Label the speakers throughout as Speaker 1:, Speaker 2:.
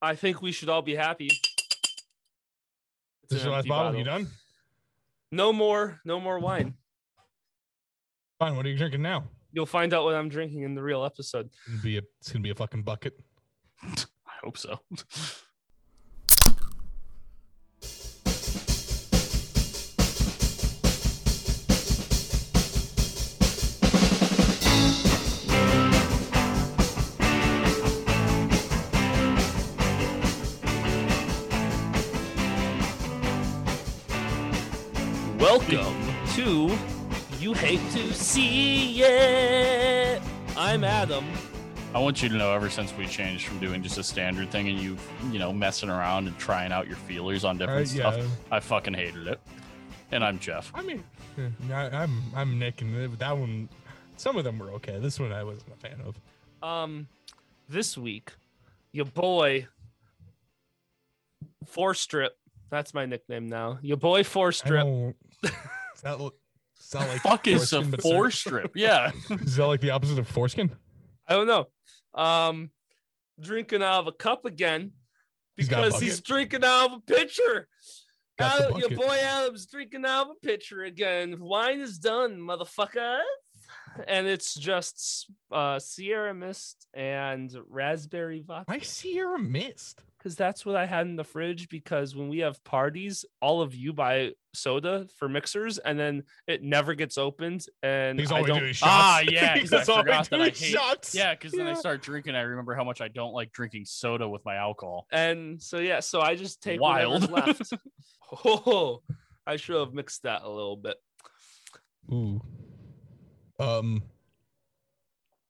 Speaker 1: I think we should all be happy.
Speaker 2: This is
Speaker 1: an
Speaker 2: your last
Speaker 1: empty
Speaker 2: bottle.
Speaker 1: bottle.
Speaker 2: You done?
Speaker 1: No more, no more wine.
Speaker 2: Fine. What are you drinking now?
Speaker 1: You'll find out what I'm drinking in the real episode.
Speaker 2: It's gonna be a, it's gonna be a fucking bucket.
Speaker 1: I hope so. Welcome to You Hate to See It. I'm Adam.
Speaker 3: I want you to know ever since we changed from doing just a standard thing and you, you know, messing around and trying out your feelers on
Speaker 2: All right,
Speaker 3: different stuff,
Speaker 2: Uh, yeah.
Speaker 3: I fucking hated it. And I'm Jeff.
Speaker 2: I mean, yeah, I, I'm I'm Nick, and that one. Some of them were okay. This one I wasn't a fan of.
Speaker 1: um this week your boy four strip that's my nickname now your boy four
Speaker 2: I
Speaker 1: strip
Speaker 2: don't. It's not, it's not like
Speaker 3: Fuck is a
Speaker 2: foreskin, but
Speaker 3: four
Speaker 2: it's
Speaker 3: strip. Yeah.
Speaker 2: like- Is that like the opposite of foreskin?
Speaker 1: i don't know um drinking out of a cup again
Speaker 2: He's got a
Speaker 1: because he's,
Speaker 2: bucket.
Speaker 1: drinking out of a pitcher
Speaker 2: Got the
Speaker 1: Adam- your
Speaker 2: bucket.
Speaker 1: boy adam's drinking out of a pitcher again wine is done motherfucker and it's just uh sierra mist and raspberry vodka
Speaker 2: I see you're a mist.
Speaker 1: because that's what I had in the fridge. Because when we have parties, all of you buy soda for mixers, and then it never gets opened. And
Speaker 2: Because
Speaker 1: I
Speaker 2: all we
Speaker 1: don't.
Speaker 2: do is shots.
Speaker 3: Ah, yeah. 'cause
Speaker 2: That's
Speaker 3: I
Speaker 2: all we
Speaker 3: forgot
Speaker 2: do
Speaker 3: that I
Speaker 2: is
Speaker 3: hate.
Speaker 2: shots.
Speaker 3: Yeah, because then
Speaker 1: Yeah.
Speaker 3: I start drinking. I remember how much I don't like drinking soda with my alcohol.
Speaker 1: and so yeah, so I just take
Speaker 3: Wild.
Speaker 1: whatever's left. oh, I should have mixed that a little bit.
Speaker 2: Ooh. Um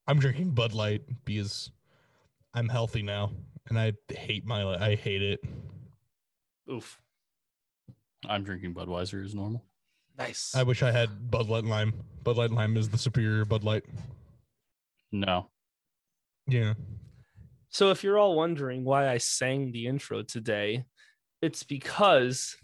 Speaker 2: I'm drinking Bud Light because I'm healthy now and I hate my li- I hate it.
Speaker 1: Oof,
Speaker 3: I'm drinking Budweiser as normal.
Speaker 1: nice.
Speaker 2: I wish I had Bud Light Lime. Bud Light Lime is the superior Bud Light.
Speaker 3: No.
Speaker 2: Yeah.
Speaker 1: So if you're all wondering why I sang the intro today, it's because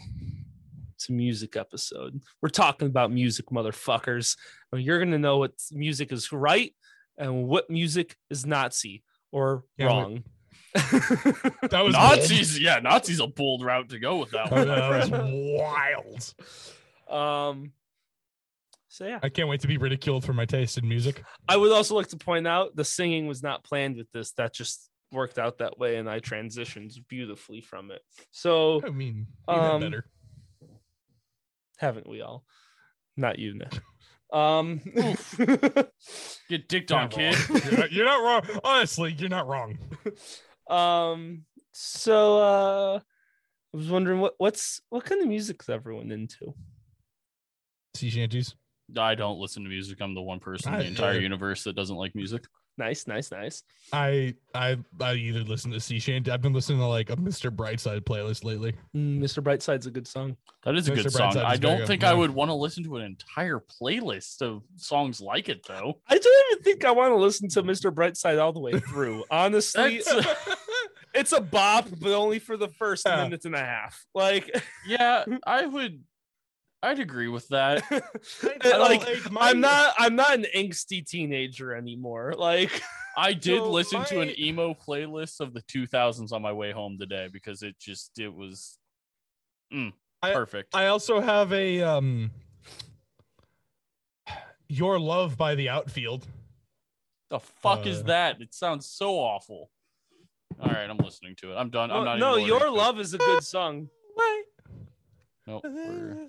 Speaker 1: it's a music episode. We're talking about music, motherfuckers. And you're gonna know what music is right and what music is Nazi or
Speaker 2: Yeah, we-
Speaker 1: wrong.
Speaker 2: That was
Speaker 3: Nazis. Yeah, Nazis a bold route to go with that
Speaker 2: Wild. That
Speaker 3: one.
Speaker 2: was wild.
Speaker 1: um so yeah.
Speaker 2: I can't wait to be ridiculed for my taste in music.
Speaker 1: I would also like to point out the singing was not planned with this. That just worked out that way and I transitioned beautifully from it. So
Speaker 2: I mean, you know
Speaker 1: Um,
Speaker 2: better.
Speaker 1: haven't we all? Not you, Nick. Um,
Speaker 3: Get dicked on,
Speaker 2: You're
Speaker 3: kid.
Speaker 2: not wrong. You're not- you're not wrong. Honestly, you're not wrong.
Speaker 1: um, so uh, I was wondering what what's what kind of music's everyone into?
Speaker 2: Sea shanties.
Speaker 3: I don't listen to music. I'm the one person in
Speaker 2: I-
Speaker 3: the entire
Speaker 2: yeah.
Speaker 3: universe that doesn't like music.
Speaker 1: Nice, nice, nice.
Speaker 2: I I I either listen to sea shanty. I've been listening to like a Mr. Brightside playlist lately.
Speaker 1: Mm, Mr. Brightside's a good song.
Speaker 3: That is a
Speaker 2: Mr.
Speaker 3: good song.
Speaker 2: Brightside
Speaker 3: I
Speaker 2: is very
Speaker 3: don't
Speaker 2: good,
Speaker 3: think
Speaker 2: yeah.
Speaker 3: I would want to listen to an entire playlist of songs like it though.
Speaker 1: I don't even think I want to listen to Mr. Brightside all the way through. Honestly,
Speaker 3: That's-
Speaker 1: it's a bop, but only for the first
Speaker 2: Yeah.
Speaker 1: minute and a half. Like,
Speaker 3: yeah, I would I'd agree with that.
Speaker 1: like I'm not I'm not an angsty teenager anymore. Like,
Speaker 3: I did
Speaker 2: So
Speaker 3: listen to an
Speaker 2: my-
Speaker 3: emo playlist of the 2000s on my way home today because it just it was mm,
Speaker 2: I-
Speaker 3: perfect.
Speaker 2: I also have a um Your Love by the Outfield.
Speaker 3: the fuck is
Speaker 2: uh,
Speaker 3: that? It sounds so awful. All right, I'm listening to it. I'm done. I'm not
Speaker 1: no,
Speaker 3: even
Speaker 1: your
Speaker 3: ordering food.
Speaker 1: love is a good song.
Speaker 3: Nope, we're-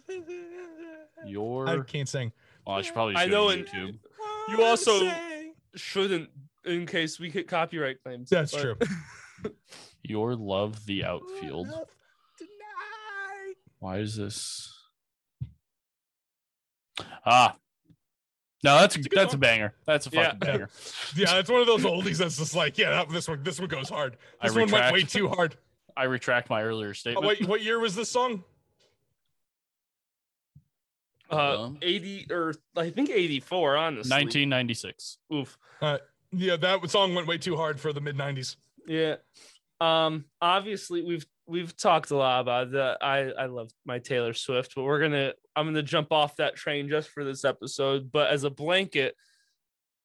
Speaker 3: your
Speaker 2: I can't sing.
Speaker 3: well, I should probably
Speaker 1: I
Speaker 3: I
Speaker 1: know
Speaker 3: know
Speaker 1: in-
Speaker 3: YouTube.
Speaker 1: You also- Shouldn't in case we get copyright claims.
Speaker 2: That's
Speaker 1: but-
Speaker 2: true.
Speaker 3: Your love the outfield. Why is this? Ah, no, that's
Speaker 2: It's a good
Speaker 3: that's a
Speaker 2: song.
Speaker 3: banger. That's a fucking
Speaker 2: Yeah.
Speaker 3: banger.
Speaker 2: Yeah, it's one of those oldies that's just like, yeah, that, this one, this one goes hard.
Speaker 3: I
Speaker 2: This one went way
Speaker 3: retract.
Speaker 2: too hard.
Speaker 3: I retract my earlier
Speaker 2: Uh,
Speaker 3: statement.
Speaker 2: What, what year was this song?
Speaker 1: Uh,
Speaker 3: Um,
Speaker 1: 80 uh, or I think 84, honestly.
Speaker 3: 1996.
Speaker 1: Oof.
Speaker 2: Yeah, that song went way too hard for the mid '90s.
Speaker 1: Yeah. Um, obviously we've we've talked a lot about that. I I love my Taylor Swift, but we're gonna I'm gonna jump off that train just for this episode. But as a blanket,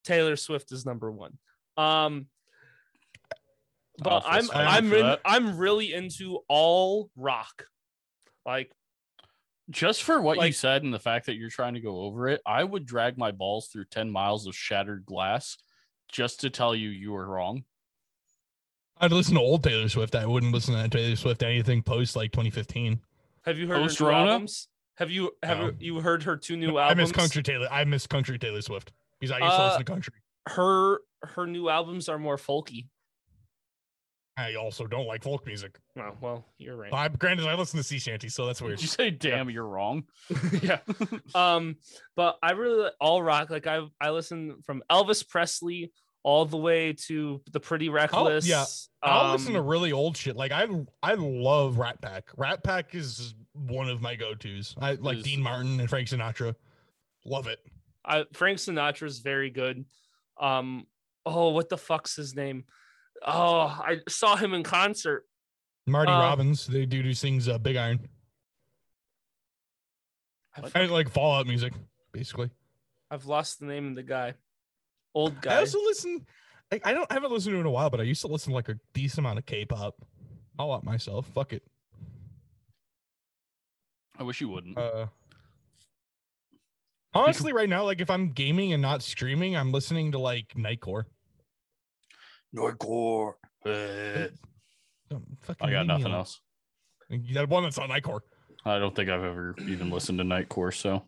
Speaker 1: Taylor Swift is number one. Um But
Speaker 3: feel
Speaker 1: I'm
Speaker 3: sorry
Speaker 1: I'm
Speaker 3: for
Speaker 1: in,
Speaker 3: that.
Speaker 1: I'm really into all rock. Like
Speaker 3: Just for what you
Speaker 1: Like-
Speaker 3: said and the fact that you're trying to go over it, I would drag my balls through 10 miles of shattered glass just to tell you you were wrong.
Speaker 2: I'd listen to old Taylor Swift. I wouldn't listen to Taylor Swift anything post like 2015.
Speaker 1: have you heard her
Speaker 3: Post
Speaker 1: new
Speaker 3: Rona?
Speaker 1: albums? Have you have
Speaker 2: No.
Speaker 1: you heard her two new
Speaker 2: I
Speaker 1: albums?
Speaker 2: miss country Taylor. I miss country Taylor Swift because I used to
Speaker 1: Uh,
Speaker 2: listen to country.
Speaker 1: Her her new albums are more folky.
Speaker 2: I also don't like folk music.
Speaker 1: Oh, well, you're right.
Speaker 2: I, granted, I listen to sea shanty, so that's weird.
Speaker 3: Did you say, damn, you're wrong?
Speaker 1: yeah. Um, but I really like all rock. Like I I listen from Elvis Presley all the way to the Pretty Reckless.
Speaker 2: Oh, yeah. I'll listen to
Speaker 1: um,
Speaker 2: really old shit. Like I, I love Rat Pack. Rat Pack is one of my go tos. I like
Speaker 3: Is-
Speaker 2: Dean Martin and Frank Sinatra. Love it.
Speaker 1: I, Frank Sinatra's very good. Um, oh, what the fuck's his name? Oh, I saw him in concert.
Speaker 2: Marty
Speaker 1: Uh,
Speaker 2: Robbins, the dude who sings uh, Big Iron.
Speaker 1: I've,
Speaker 2: I like Fallout music, basically.
Speaker 1: I've lost the name of the guy. Old
Speaker 2: I
Speaker 1: guy.
Speaker 2: also listen. I, I don't I haven't listened to it in a while, but I used to listen to like a decent amount of K-pop. I'll out myself. Fuck it.
Speaker 3: I wish you wouldn't.
Speaker 2: Uh,
Speaker 3: Mm-hmm.
Speaker 2: honestly, right now, like if I'm gaming and not streaming, I'm listening to like Nightcore.
Speaker 3: Nordcore. Eh.
Speaker 2: Don't Oh, fucking
Speaker 3: I
Speaker 2: leave
Speaker 3: got
Speaker 2: me
Speaker 3: nothing
Speaker 2: alone.
Speaker 3: else.
Speaker 2: That one that's on Nightcore.
Speaker 3: I don't think I've ever even listened to Nightcore, so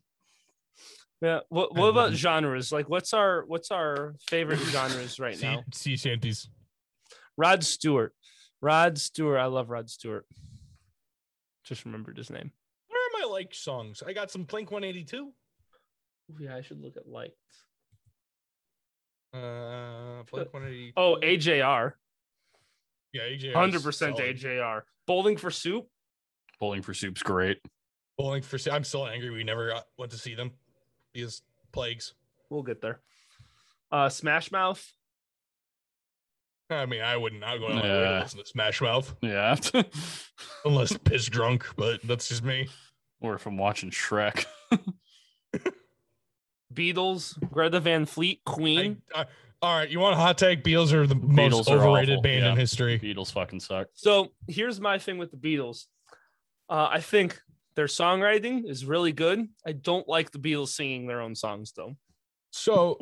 Speaker 1: yeah. What
Speaker 2: I
Speaker 1: what about
Speaker 2: wouldn't.
Speaker 1: genres? Like what's our what's our favorite genres right
Speaker 2: Sea-
Speaker 1: now?
Speaker 2: Sea shanties.
Speaker 1: Rod Stewart. Rod Stewart. I love Rod Stewart. Just remembered his name.
Speaker 2: Where are my like songs? I got some Blink 182.
Speaker 1: Ooh, Yeah, I should look at liked.
Speaker 2: Uh, Blink 182.
Speaker 1: Oh, AJR.
Speaker 2: yeah, AJ.
Speaker 1: 100% AJR. Bowling for Soup.
Speaker 3: Bowling for Soup's great.
Speaker 2: Well, like for I'm still angry we never got, went to see them because plagues.
Speaker 1: We'll get there. Uh, Smash Mouth.
Speaker 2: I mean, I wouldn't. I would go out of my way to
Speaker 3: Yeah.
Speaker 2: listen to Smash Mouth
Speaker 3: Yeah.
Speaker 2: unless piss drunk, but that's just me.
Speaker 3: or if I'm watching Shrek.
Speaker 1: Beatles. Greta Van Fleet. Queen.
Speaker 2: I, I- all right, you want a hot take? Beatles are the most
Speaker 3: Beatles are
Speaker 2: overrated
Speaker 3: awful,
Speaker 2: band in
Speaker 3: yeah.
Speaker 2: history.
Speaker 3: Beatles fucking suck.
Speaker 1: So here's my thing with the Beatles. Uh, I think their songwriting is really good. I don't like the Beatles singing their own songs though.
Speaker 2: So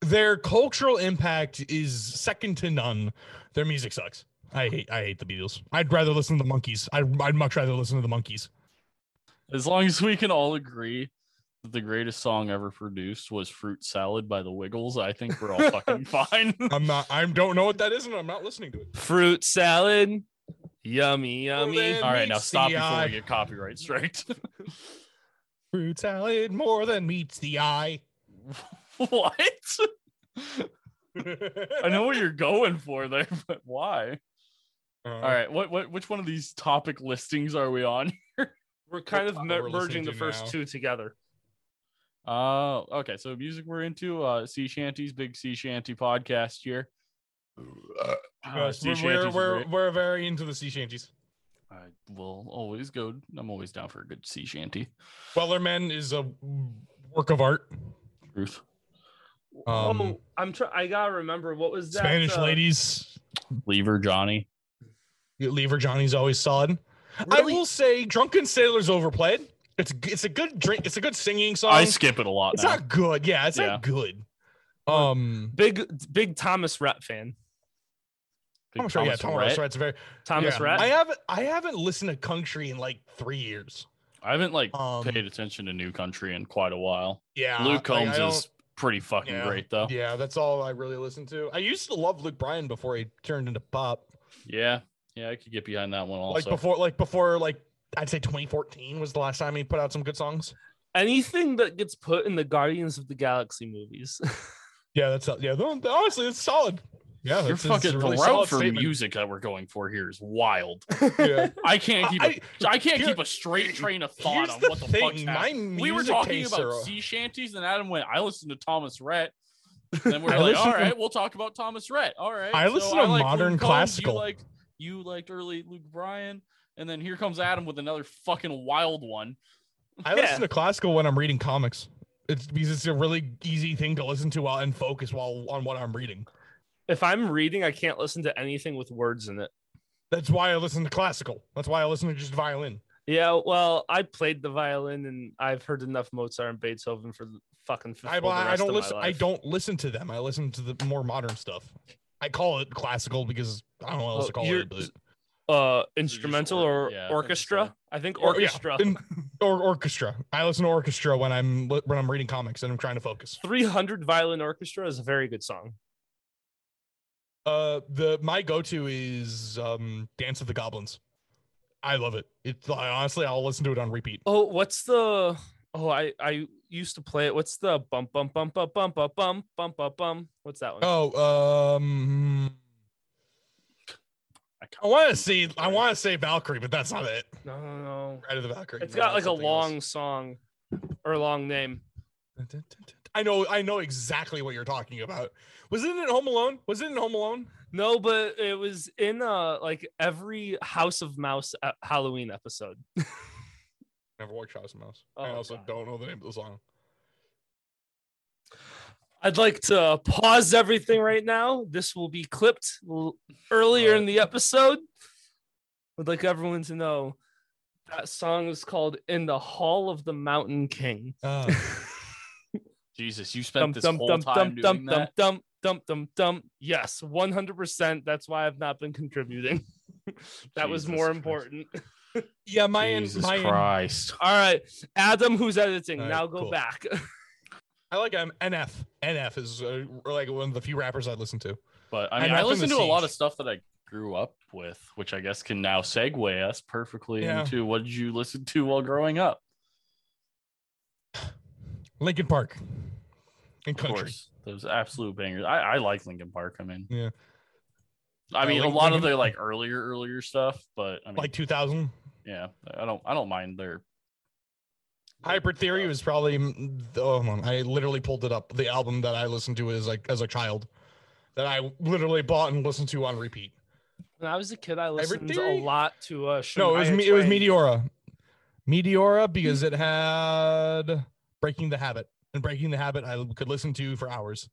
Speaker 2: their cultural impact is second to none. Their music sucks. I hate. I hate the Beatles. I'd rather listen to the Monkeys. I'd, I'd much rather listen to the Monkeys.
Speaker 3: As long as we can all agree that the greatest song ever produced was Fruit Salad by the Wiggles, I think we're all fucking fine.
Speaker 2: I'm not. I don't know what that is, and I'm not listening to it.
Speaker 1: Fruit salad. Yummy, yummy.
Speaker 2: then-
Speaker 3: all right, now
Speaker 2: meets
Speaker 3: stop
Speaker 2: the uh,
Speaker 3: before
Speaker 2: eye.
Speaker 3: we get copyright striked.
Speaker 2: Fruit salad more than meets the eye.
Speaker 3: what? I know what you're going for there, but why?
Speaker 2: All
Speaker 3: All right, what what which one of these topic listings are we on?
Speaker 1: We're kind of
Speaker 2: What
Speaker 1: mer-
Speaker 2: we're
Speaker 1: merging
Speaker 2: listening
Speaker 1: the
Speaker 2: to
Speaker 1: first
Speaker 2: now.
Speaker 1: two together.
Speaker 3: Oh, okay. So music we're into, uh sea shanties, big sea shanty podcast here. Uh,
Speaker 2: Yes,
Speaker 3: sea
Speaker 2: we're,
Speaker 3: shanties are
Speaker 2: we're, we're,
Speaker 3: great.
Speaker 2: we're very into the sea shanties.
Speaker 3: I will always go. I'm always down for a good sea shanty.
Speaker 2: Wellerman is a work of art.
Speaker 3: Truth.
Speaker 2: Um,
Speaker 1: oh, I'm trying. I gotta remember what was that?
Speaker 2: Spanish
Speaker 1: uh,
Speaker 2: ladies,
Speaker 3: Lever Johnny.
Speaker 2: Lever Johnny's always solid.
Speaker 1: Really?
Speaker 2: I will say, Drunken Sailor's overplayed. It's g- it's a good drink. It's a good singing song.
Speaker 3: I skip it a lot
Speaker 2: Um, it's
Speaker 3: now.
Speaker 2: not good. Yeah, it's not good. Um,
Speaker 1: Big big Thomas Rhett fan.
Speaker 3: Big
Speaker 2: I'm sure. Yeah,
Speaker 3: Thomas
Speaker 2: Thomas
Speaker 3: Rhett.
Speaker 2: Rhett's very.
Speaker 1: Thomas
Speaker 2: yeah.
Speaker 1: Rhett.
Speaker 2: I haven't I haven't listened to country in like three years.
Speaker 3: I haven't like
Speaker 2: Um,
Speaker 3: paid attention to New Country in quite a while.
Speaker 2: Yeah,
Speaker 3: Luke
Speaker 2: like, I
Speaker 3: Combs
Speaker 2: don't-
Speaker 3: is pretty fucking
Speaker 2: Yeah.
Speaker 3: great though. Yeah.
Speaker 2: Yeah, that's all I really listen to. I used to love Luke Bryan before he turned into pop.
Speaker 3: yeah, I could get behind that one also.
Speaker 2: Like before, like before, like I'd say 2014 was the last time he put out some good songs.
Speaker 1: Anything that gets put in the Guardians of the Galaxy movies.
Speaker 2: Yeah, that's yeah. th- Honestly, it's solid. Yeah,
Speaker 3: You're
Speaker 2: that's, it's
Speaker 3: fucking
Speaker 2: a really
Speaker 3: the
Speaker 2: solid
Speaker 3: route for
Speaker 2: statement.
Speaker 3: music that we're going for here is wild.
Speaker 2: Yeah.
Speaker 3: I can't keep
Speaker 2: I-
Speaker 3: I I, I can't
Speaker 2: here-
Speaker 3: keep a straight train of thought
Speaker 2: here's
Speaker 3: on
Speaker 2: the
Speaker 3: what the
Speaker 2: thing,
Speaker 3: fuck's
Speaker 2: my
Speaker 3: happening. We were
Speaker 2: music
Speaker 3: talking
Speaker 2: tastes
Speaker 3: about
Speaker 2: are-
Speaker 3: sea shanties, and Adam went. I listened to Thomas Rhett. And then we're
Speaker 2: I
Speaker 3: like,
Speaker 2: listen
Speaker 3: all
Speaker 2: to-
Speaker 3: right, we'll talk about Thomas Rhett. All right,
Speaker 2: I listen to
Speaker 3: like
Speaker 2: modern
Speaker 3: Luke Combs,
Speaker 2: classical.
Speaker 3: You liked you liked early Luke Bryan, and then here comes Adam with another fucking wild one.
Speaker 2: I
Speaker 1: Yeah.
Speaker 2: listen to classical when I'm reading comics. It's because it's a really easy thing to listen to while and focus while on what I'm reading.
Speaker 1: If I'm reading, I can't listen to anything with words in it.
Speaker 2: That's why I listen to classical. That's why I listen to just violin.
Speaker 1: Yeah, well, I played the violin and I've heard enough Mozart and Beethoven for the fucking. for
Speaker 2: I,
Speaker 1: the
Speaker 2: I
Speaker 1: rest
Speaker 2: don't
Speaker 1: of my
Speaker 2: listen. I
Speaker 1: life.
Speaker 2: don't listen to them. I listen to the more modern stuff. I call it classical because I don't know what else
Speaker 1: Oh,
Speaker 2: to call
Speaker 1: you're-
Speaker 2: it. But,
Speaker 1: Uh, instrumental
Speaker 3: or-
Speaker 1: or
Speaker 3: yeah, I think
Speaker 1: orchestra?
Speaker 3: so.
Speaker 1: I think
Speaker 2: Or- yeah,
Speaker 1: orchestra.
Speaker 2: in- or orchestra. I listen to orchestra when I'm li- when I'm reading comics and I'm trying to focus.
Speaker 1: 300 Violin Orchestra is a very good song.
Speaker 2: Uh, the my go-to is um Dance of the Goblins. I love it. It's I, honestly I'll listen to it on repeat.
Speaker 1: Oh, what's the? Oh, I I used to play it. What's the bump bump bump bump bump bump bump bump bump bump? What's that one?
Speaker 2: Oh, um,
Speaker 3: I can't-
Speaker 2: I want to see. I want to say Valkyrie, but that's not it.
Speaker 1: No, no, no.
Speaker 2: Right of the Valkyrie.
Speaker 1: It's
Speaker 2: No,
Speaker 1: got
Speaker 2: that's
Speaker 1: like a
Speaker 2: something
Speaker 1: long
Speaker 2: else.
Speaker 1: song or a long name.
Speaker 2: I know. I know exactly what you're talking about. Was it in Home Alone? Was it in Home Alone?
Speaker 1: No, but it was in uh like every House of Mouse uh, Halloween episode.
Speaker 2: Never watched House of Mouse. I
Speaker 1: Oh,
Speaker 2: also
Speaker 1: God.
Speaker 2: don't know the name of the song.
Speaker 1: I'd like to pause everything right now. This will be clipped l- earlier in the episode. I'd like everyone to know that song is called "In the Hall of the Mountain King."
Speaker 2: Uh,
Speaker 3: Jesus, you spent
Speaker 1: Dum
Speaker 3: this
Speaker 1: dum
Speaker 3: whole
Speaker 1: dum
Speaker 3: time
Speaker 1: dum
Speaker 3: doing
Speaker 1: dum
Speaker 3: that.
Speaker 1: dum dum dum dum dum. Yes, one hundred percent. That's why I've not been contributing. that was
Speaker 3: Jesus
Speaker 1: more
Speaker 3: Christ.
Speaker 1: important.
Speaker 2: yeah, my in-
Speaker 3: Jesus
Speaker 2: my in-
Speaker 3: Christ.
Speaker 1: All right, Adam, who's editing?
Speaker 2: All right,
Speaker 1: now go
Speaker 2: cool.
Speaker 1: back.
Speaker 2: I like um, NF. NF is uh, like one of the few rappers I listen to.
Speaker 3: But I
Speaker 2: And
Speaker 3: mean, I
Speaker 2: Earth in
Speaker 3: listen
Speaker 2: the
Speaker 3: to a lot
Speaker 2: Siege.
Speaker 3: of stuff that I grew up with, which I guess can now segue us perfectly
Speaker 2: Yeah.
Speaker 3: into what did you listen to while growing up?
Speaker 2: Lincoln Park. And
Speaker 3: Of
Speaker 2: country.
Speaker 3: course, those absolute bangers. I, I like Linkin Park. I mean,
Speaker 2: Yeah.
Speaker 3: I
Speaker 2: Yeah,
Speaker 3: mean
Speaker 2: Lin-
Speaker 3: a lot of
Speaker 2: Linkin-
Speaker 3: their like earlier, earlier stuff. But I mean,
Speaker 2: Like 2000.
Speaker 3: yeah, I don't, I don't mind their
Speaker 2: Hybrid Theory was probably mm, the- oh, hold on. I literally pulled it up. The album that I listened to as like as a child, that I literally bought and listened to on repeat.
Speaker 1: When I was a kid, I listened a
Speaker 2: theory?
Speaker 1: lot to uh,
Speaker 2: No, it was
Speaker 1: Shania
Speaker 2: me, it was
Speaker 1: Twain.
Speaker 2: Meteora, Meteora because it had Breaking the Habit, and Breaking the Habit I could listen to for hours.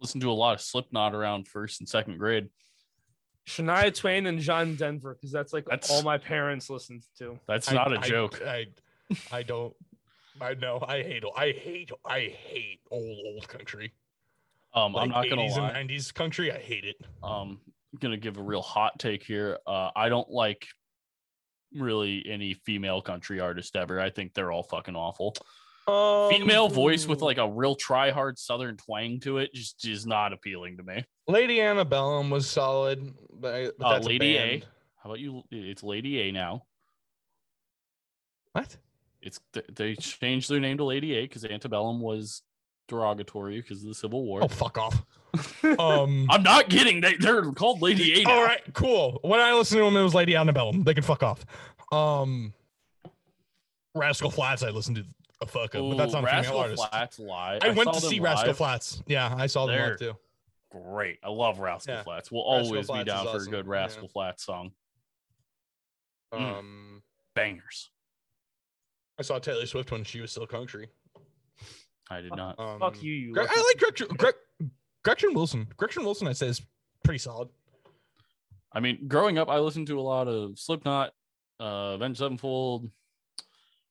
Speaker 3: listen to a lot of Slipknot around first and second grade.
Speaker 1: Shania Twain and John Denver, because that's like
Speaker 3: That's-
Speaker 1: all my parents listened to.
Speaker 3: That's
Speaker 2: I-
Speaker 3: not a
Speaker 2: I-
Speaker 3: joke.
Speaker 2: I, I, don't. I know. I hate. I hate. I hate old old country.
Speaker 3: um, I'm not
Speaker 2: Like
Speaker 3: gonna
Speaker 2: 80s
Speaker 3: lie.
Speaker 2: and 90s country. I hate it.
Speaker 3: um gonna give a real hot take here uh i don't like really any female country artist ever i think they're all fucking awful
Speaker 2: Oh.
Speaker 1: Um,
Speaker 3: female voice with
Speaker 1: ooh.
Speaker 3: like a real try hard southern twang to it just is not appealing to me
Speaker 2: Lady Annabellum was solid, but, I- but
Speaker 3: Uh,
Speaker 2: that's
Speaker 3: Lady
Speaker 2: a,
Speaker 3: A.
Speaker 2: band.
Speaker 3: how about you it's lady a now
Speaker 2: What?
Speaker 3: it's th- they changed their name to lady a because antebellum was derogatory because of the civil war
Speaker 2: Oh, fuck off. Um.
Speaker 3: i'm not kidding they, they're called lady a now.
Speaker 2: All right, cool. When I listened to him, it was Lady Annabellum. They can fuck off. Um, Rascal Flats, I listened to a fuck up, but that's
Speaker 3: Ooh,
Speaker 2: not a female
Speaker 3: Oh, rascal
Speaker 2: artist.
Speaker 3: flats live
Speaker 2: I, went
Speaker 3: saw
Speaker 2: to see
Speaker 3: them
Speaker 2: Rascal
Speaker 3: live.
Speaker 2: Flats. Yeah, I saw them live too.
Speaker 3: great. I love Rascal
Speaker 2: Yeah.
Speaker 3: Flats. We'll
Speaker 2: Rascal
Speaker 3: always
Speaker 2: Flatts
Speaker 3: be
Speaker 2: is
Speaker 3: down for
Speaker 2: awesome.
Speaker 3: a good
Speaker 2: Yeah.
Speaker 3: Rascal Flats song. Mm.
Speaker 2: Um,
Speaker 3: Bangers.
Speaker 2: I saw Taylor Swift when she was still country.
Speaker 3: I did not.
Speaker 2: Um,
Speaker 1: Fuck you, you
Speaker 2: Gre- I
Speaker 1: lucky-
Speaker 2: like Gretchen, Gre- Gretchen Wilson. Gretchen Wilson, I say, is pretty solid.
Speaker 3: I mean, growing up, I listened to a lot of Slipknot, uh, Avenged Sevenfold.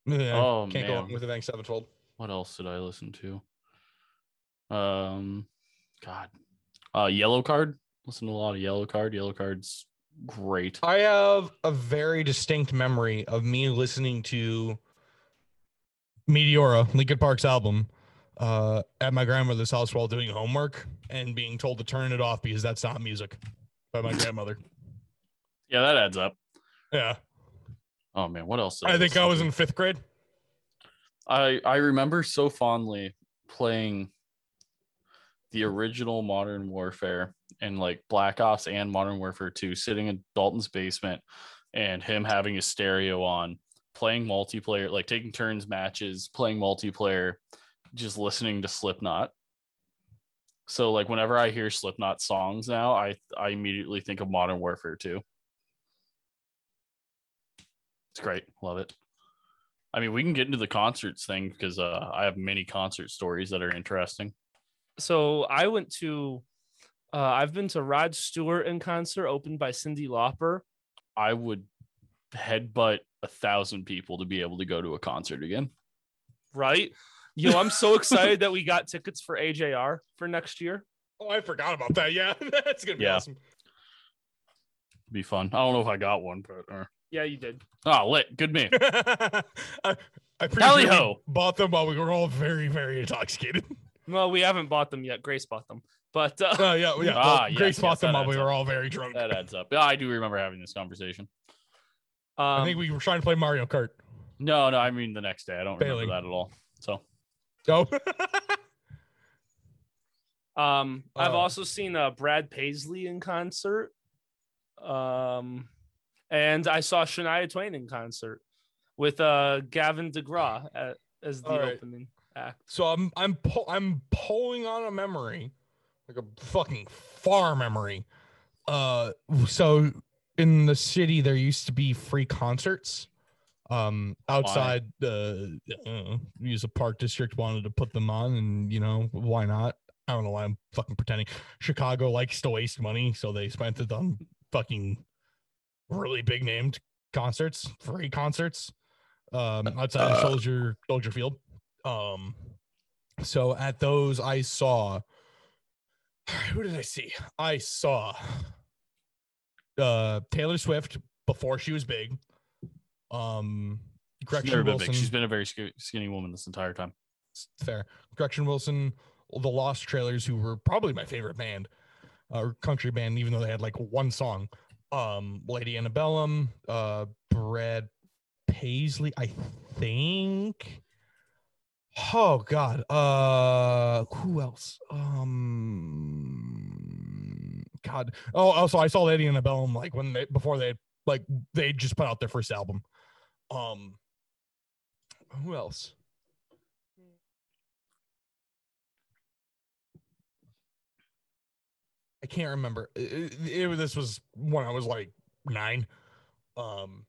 Speaker 2: Yeah,
Speaker 3: Oh,
Speaker 2: can't go
Speaker 3: man.
Speaker 2: on with the Bank Sevenfold.
Speaker 3: What else did I listen to? Um, God, uh, Yellow Card. Listen to a lot of Yellow Card. Yellow Card's great.
Speaker 2: I have a very distinct memory of me listening to Meteora, Linkin Park's album, uh, at my grandmother's house while doing homework and being told to turn it off because that's not music by my grandmother.
Speaker 3: Yeah, that adds up.
Speaker 2: Yeah.
Speaker 3: Oh man, what else? did
Speaker 2: I think
Speaker 3: listen
Speaker 2: I was
Speaker 3: to?
Speaker 2: in fifth grade.
Speaker 3: I I remember so fondly playing the original Modern Warfare and like Black Ops and Modern Warfare 2 sitting in Dalton's basement and him having his stereo on playing multiplayer like taking turns matches playing multiplayer just listening to Slipknot so like whenever I hear Slipknot songs now I I immediately think of Modern Warfare 2 it's great love it I mean, we can get into the concerts thing because uh, I have many concert stories that are interesting.
Speaker 1: so I went to Uh, I've been to Rod Stewart in concert, opened by Cindy Lauper.
Speaker 3: I would headbutt a thousand people to be able to go to a concert again.
Speaker 1: right? Yo, I'm so excited that we got tickets for AJR for next year.
Speaker 2: Oh, I forgot about that. Yeah, that's gonna be
Speaker 3: Yeah.
Speaker 2: awesome.
Speaker 3: be fun. I don't know if I got one, but uh,
Speaker 1: Yeah, you did.
Speaker 3: ah, lit. Good man.
Speaker 2: I, I pretty
Speaker 3: Tally
Speaker 2: sure we
Speaker 3: ho.
Speaker 2: bought them while we were all very, very intoxicated.
Speaker 1: Well, we haven't bought them yet. Grace bought them, but uh,
Speaker 2: Oh yeah, yeah.
Speaker 3: Ah,
Speaker 2: well,
Speaker 3: yes,
Speaker 2: Grace
Speaker 3: yes,
Speaker 2: bought them
Speaker 3: that
Speaker 2: while we
Speaker 3: adds
Speaker 2: were all very drunk.
Speaker 3: That adds up. I do remember having this conversation.
Speaker 2: I
Speaker 1: um,
Speaker 2: think we were trying to play Mario Kart.
Speaker 3: No, no, I mean the next day. I don't
Speaker 2: Failing.
Speaker 3: remember that at all. So
Speaker 2: Oh,
Speaker 1: um, I've
Speaker 2: Oh.
Speaker 1: also seen uh, Brad Paisley in concert, um, and I saw Shania Twain in concert with uh, Gavin DeGraw at, as the
Speaker 2: All right.
Speaker 1: opening act.
Speaker 2: so I'm I'm pull I'm pulling on a memory, like a fucking far memory. Uh, so in the city there used to be free concerts. Um, outside the uh, use a park district wanted to put them on, and you know why not? I don't know why I'm fucking pretending. Chicago likes to waste money, so they spent it on fucking really big named concerts, free concerts, um, outside of
Speaker 3: Uh.
Speaker 2: Soldier Soldier Field. Um, so at those, I saw. Who did I see? I saw uh, Taylor Swift before she was big. Um,
Speaker 3: she's
Speaker 2: Gretchen
Speaker 3: never been
Speaker 2: Wilson.
Speaker 3: big. She's been a very sk- skinny woman this entire time.
Speaker 2: It's fair. Gretchen Wilson, the Lost Trailers, who were probably my favorite band, uh, country band, even though they had like one song. Um, Lady Antebellum, uh, Brad Paisley, I think. Oh God. Uh, who else? Um, God. Oh, also I saw Lady Antebellum like when they before they like they just put out their first album. Um, who else? I can't remember. It- it- it- this was when I was like nine. Um,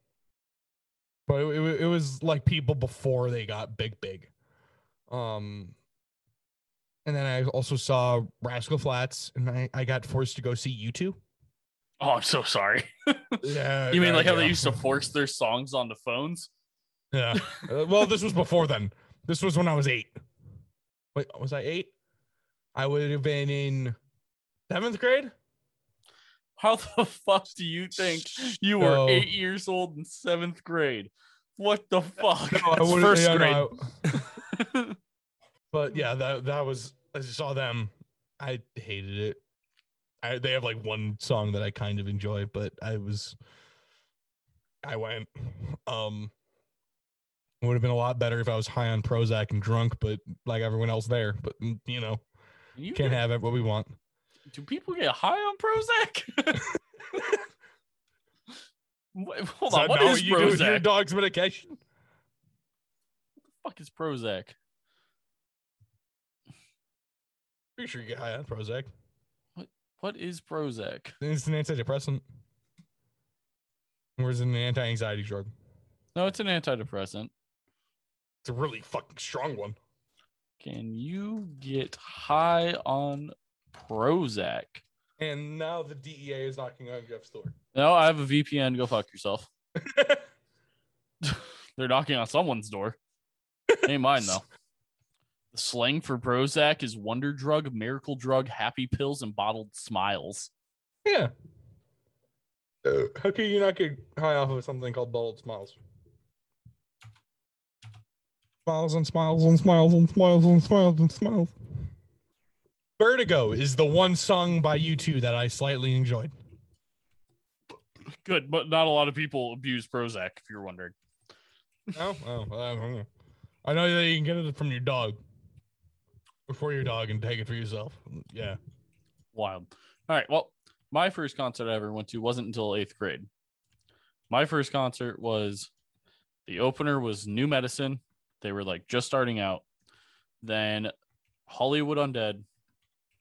Speaker 2: but it, it, it was like people before they got big, big. Um, and then I also saw Rascal Flats, and I, I got forced to go see you two.
Speaker 3: Oh, I'm so sorry.
Speaker 2: Yeah,
Speaker 3: You mean like how they
Speaker 2: yeah.
Speaker 3: used to force their songs on the phones?
Speaker 2: Yeah. Uh, well, this was before then. This was when I was eight. Wait, was I eight? I would have been in seventh grade.
Speaker 3: How the fuck do you think you were
Speaker 2: So-
Speaker 3: eight years old in seventh grade? What the fuck?
Speaker 2: No, I
Speaker 3: That's
Speaker 2: would've-
Speaker 3: first
Speaker 2: yeah, no,
Speaker 3: grade.
Speaker 2: I- but yeah, that that was I just saw them. I hated it. I they have like one song that I kind of enjoy, but I was I went um it would have been a lot better if I was high on Prozac and drunk, but like everyone else there. But mm, you know,
Speaker 3: You
Speaker 2: can't
Speaker 3: get-
Speaker 2: have it what we want.
Speaker 3: do people get high on Prozac? Wait, hold
Speaker 2: Is
Speaker 3: on,
Speaker 2: that
Speaker 3: what
Speaker 2: not
Speaker 3: is
Speaker 2: you do with your
Speaker 3: Prozac?
Speaker 2: dog's medication?
Speaker 3: fuck is Prozac?
Speaker 2: Pretty sure you get high on Prozac.
Speaker 3: What is Prozac?
Speaker 2: It's an antidepressant. Or is it an anti-anxiety drug?
Speaker 3: No, it's an antidepressant.
Speaker 2: It's a really fucking strong one.
Speaker 3: Can you get high on Prozac?
Speaker 2: And now the DEA is knocking on Jeff's door.
Speaker 3: No, I have a VPN. Go fuck yourself. They're knocking on someone's door. Ain't mine though. The slang for Prozac is wonder drug, miracle drug, happy pills, and bottled smiles.
Speaker 2: yeah. Uh, how can you not get high off of something called bottled smiles? Smiles and smiles and smiles and smiles and smiles and smiles. Vertigo is the one song by you two that I slightly enjoyed.
Speaker 3: Good, but not a lot of people abuse Prozac, if you're wondering.
Speaker 2: No? Oh, I don't know. I know that you can get it from your dog. Before your dog and take it for yourself. Yeah.
Speaker 3: Wild. All right. Well, my first concert I ever went to wasn't until eighth grade. My first concert was the opener was New Medicine. They were like just starting out. Then Hollywood Undead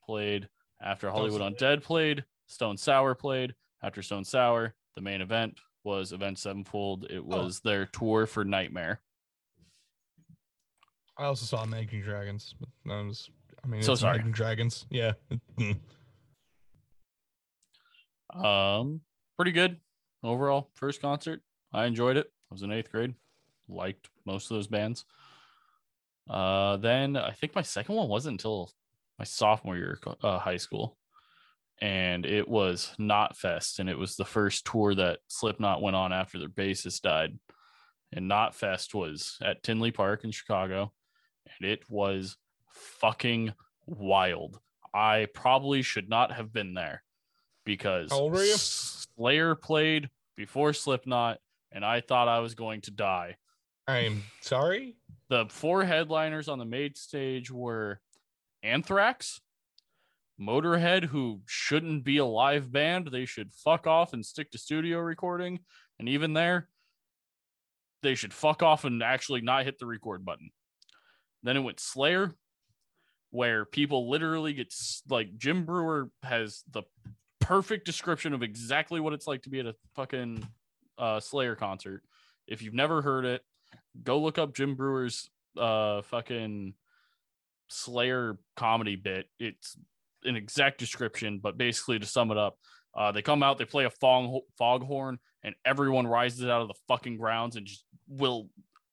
Speaker 3: played. After Hollywood
Speaker 2: Sour.
Speaker 3: Undead played, Stone Sour played. After Stone Sour, the main event was Event Sevenfold. It was their tour for Nightmare.
Speaker 2: I also saw Imagine Dragons. But I was, I mean,
Speaker 3: So
Speaker 2: it's
Speaker 3: sorry.
Speaker 2: Imagine Dragons. Yeah. Mm.
Speaker 3: Um, pretty good overall. First concert, I enjoyed it. I was in eighth grade, liked most of those bands. Uh, then I think my second one wasn't until my sophomore year of co- uh, high school, and it was Knot Fest, and it was the first tour that Slipknot went on after their bassist died. And Knot Fest was at Tinley Park in Chicago, and it was fucking wild. I probably should not have been there because
Speaker 2: How old were you?
Speaker 3: Slayer played before Slipknot, and I thought I was going to die
Speaker 2: I'm sorry.
Speaker 3: the four headliners on the main stage were Anthrax, Motorhead, who shouldn't be a live band. They should fuck off and stick to studio recording. And even there, they should fuck off and actually not hit the record button. Then it went Slayer, where people literally get s- like Jim Brewer has the perfect description of exactly what it's like to be at a fucking uh, Slayer concert. If you've never heard it, go look up Jim Brewer's uh fucking Slayer comedy bit. It's an exact description, but basically to sum it up, uh, they come out, they play a fog foghorn, and everyone rises out of the fucking grounds and just will.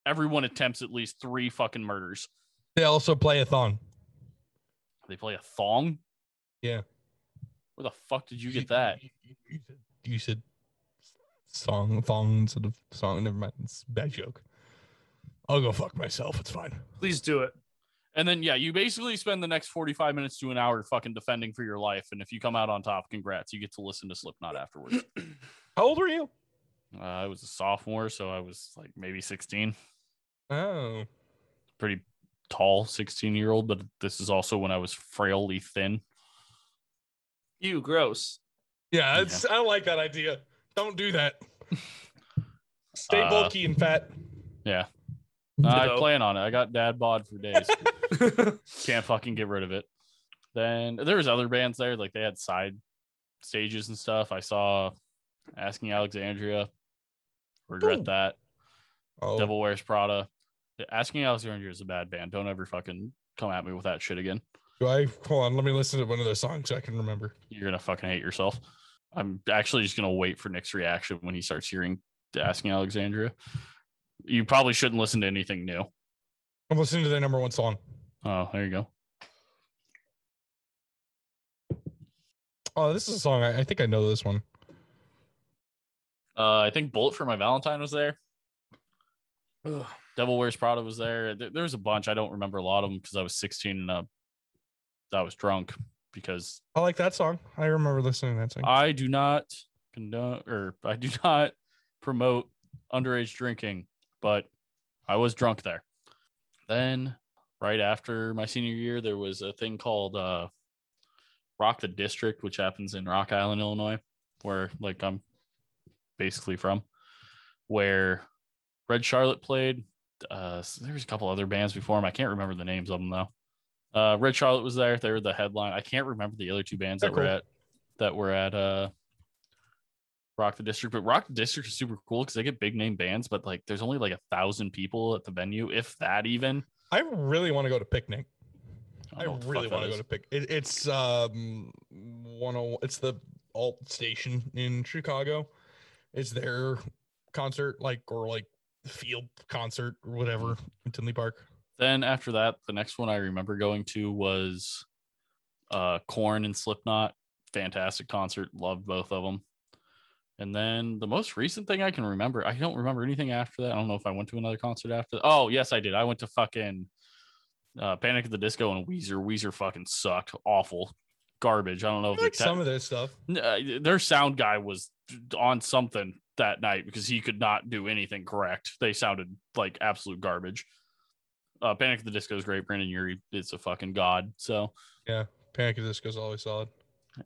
Speaker 3: Everyone attempts at least three fucking murders.
Speaker 2: They also play a thong.
Speaker 3: They play a thong.
Speaker 2: Yeah.
Speaker 3: Where the fuck did you get that?
Speaker 2: You, you said, you said song thong instead of song. Never mind. It's a bad joke. I'll go fuck myself. It's fine.
Speaker 1: Please do it.
Speaker 3: And then yeah, you basically spend the next forty-five minutes to an hour fucking defending for your life. And if you come out on top, congrats, you get to listen to Slipknot afterwards.
Speaker 2: How old were you?
Speaker 3: Uh, I was a sophomore, so I was like maybe 16,
Speaker 2: Oh,
Speaker 3: pretty tall 16 year old, but this is also when I was frailly thin.
Speaker 1: You gross.
Speaker 2: yeah. It's I don't like that idea. Don't do that. Stay
Speaker 3: Uh,
Speaker 2: bulky and fat.
Speaker 3: Yeah. I
Speaker 1: Ditto.
Speaker 3: plan on it. I got dad bod for days. Can't fucking get rid of it. Then there was other bands there, like they had side stages and stuff. I saw Asking Alexandria. Regret
Speaker 2: Ooh.
Speaker 3: that.
Speaker 2: Oh,
Speaker 3: Uh, Devil Wears Prada. Asking Alexandria is a bad band. Don't ever fucking come at me with that shit again.
Speaker 2: do I hold on? Let me listen to one of those songs so I can remember.
Speaker 3: you're gonna fucking hate yourself. I'm actually just gonna wait for Nick's reaction when he starts hearing asking Alexandria. You probably shouldn't listen to anything new.
Speaker 2: I'm listening to their number one song.
Speaker 3: Oh, there you go.
Speaker 2: Oh, this is a song. I, I think I know this one.
Speaker 3: Uh, I think Bullet for My Valentine was there.
Speaker 1: Ugh.
Speaker 3: Devil Wears Prada was there. There, there was a bunch. I don't remember a lot of them because I was 16 and uh, I was drunk because
Speaker 2: I like that song. I remember listening to that song.
Speaker 3: I do not condone or I do not promote underage drinking, but I was drunk there. Then, right after my senior year, there was a thing called uh, Rock the District, which happens in Rock Island, Illinois, where like I'm basically from, where Red Charlotte played. Uh, s- there was a couple other bands before him. I can't remember the names of them though. Uh, Red Charlotte was there. They were the headline. I can't remember the other two bands
Speaker 2: They're
Speaker 3: that were
Speaker 2: cool.
Speaker 3: at that were at uh Rock the District. But Rock the District is super cool because they get big name bands, but like there's only like a thousand people at the venue, if that even.
Speaker 2: I really want to go to picnic.
Speaker 3: don't
Speaker 2: I
Speaker 3: know what the fuck
Speaker 2: really
Speaker 3: that
Speaker 2: want to
Speaker 3: is.
Speaker 2: go to pick. It, it's um one oh it's the alt station in Chicago. It's their concert, like or like field concert or whatever
Speaker 3: Mm.
Speaker 2: in Tinley Park.
Speaker 3: Then after that, the next one I remember going to was uh Corn and Slipknot. Fantastic concert. Loved both of them. And then the most recent thing I can remember, I don't remember anything after that. I don't know if I went to another concert after. Oh, yes, I did. I went to fucking uh, Panic at the Disco and Weezer. Weezer fucking sucked. Awful. Garbage. I don't know
Speaker 2: I
Speaker 3: if
Speaker 2: like
Speaker 3: the te-
Speaker 2: some of their stuff.
Speaker 3: N- uh, their sound guy was on something that night because he could not do anything correct. They sounded like absolute garbage. Uh, Panic at the Disco is great. Brandon Urie is a fucking god. So,
Speaker 2: Panic at the Disco's always solid.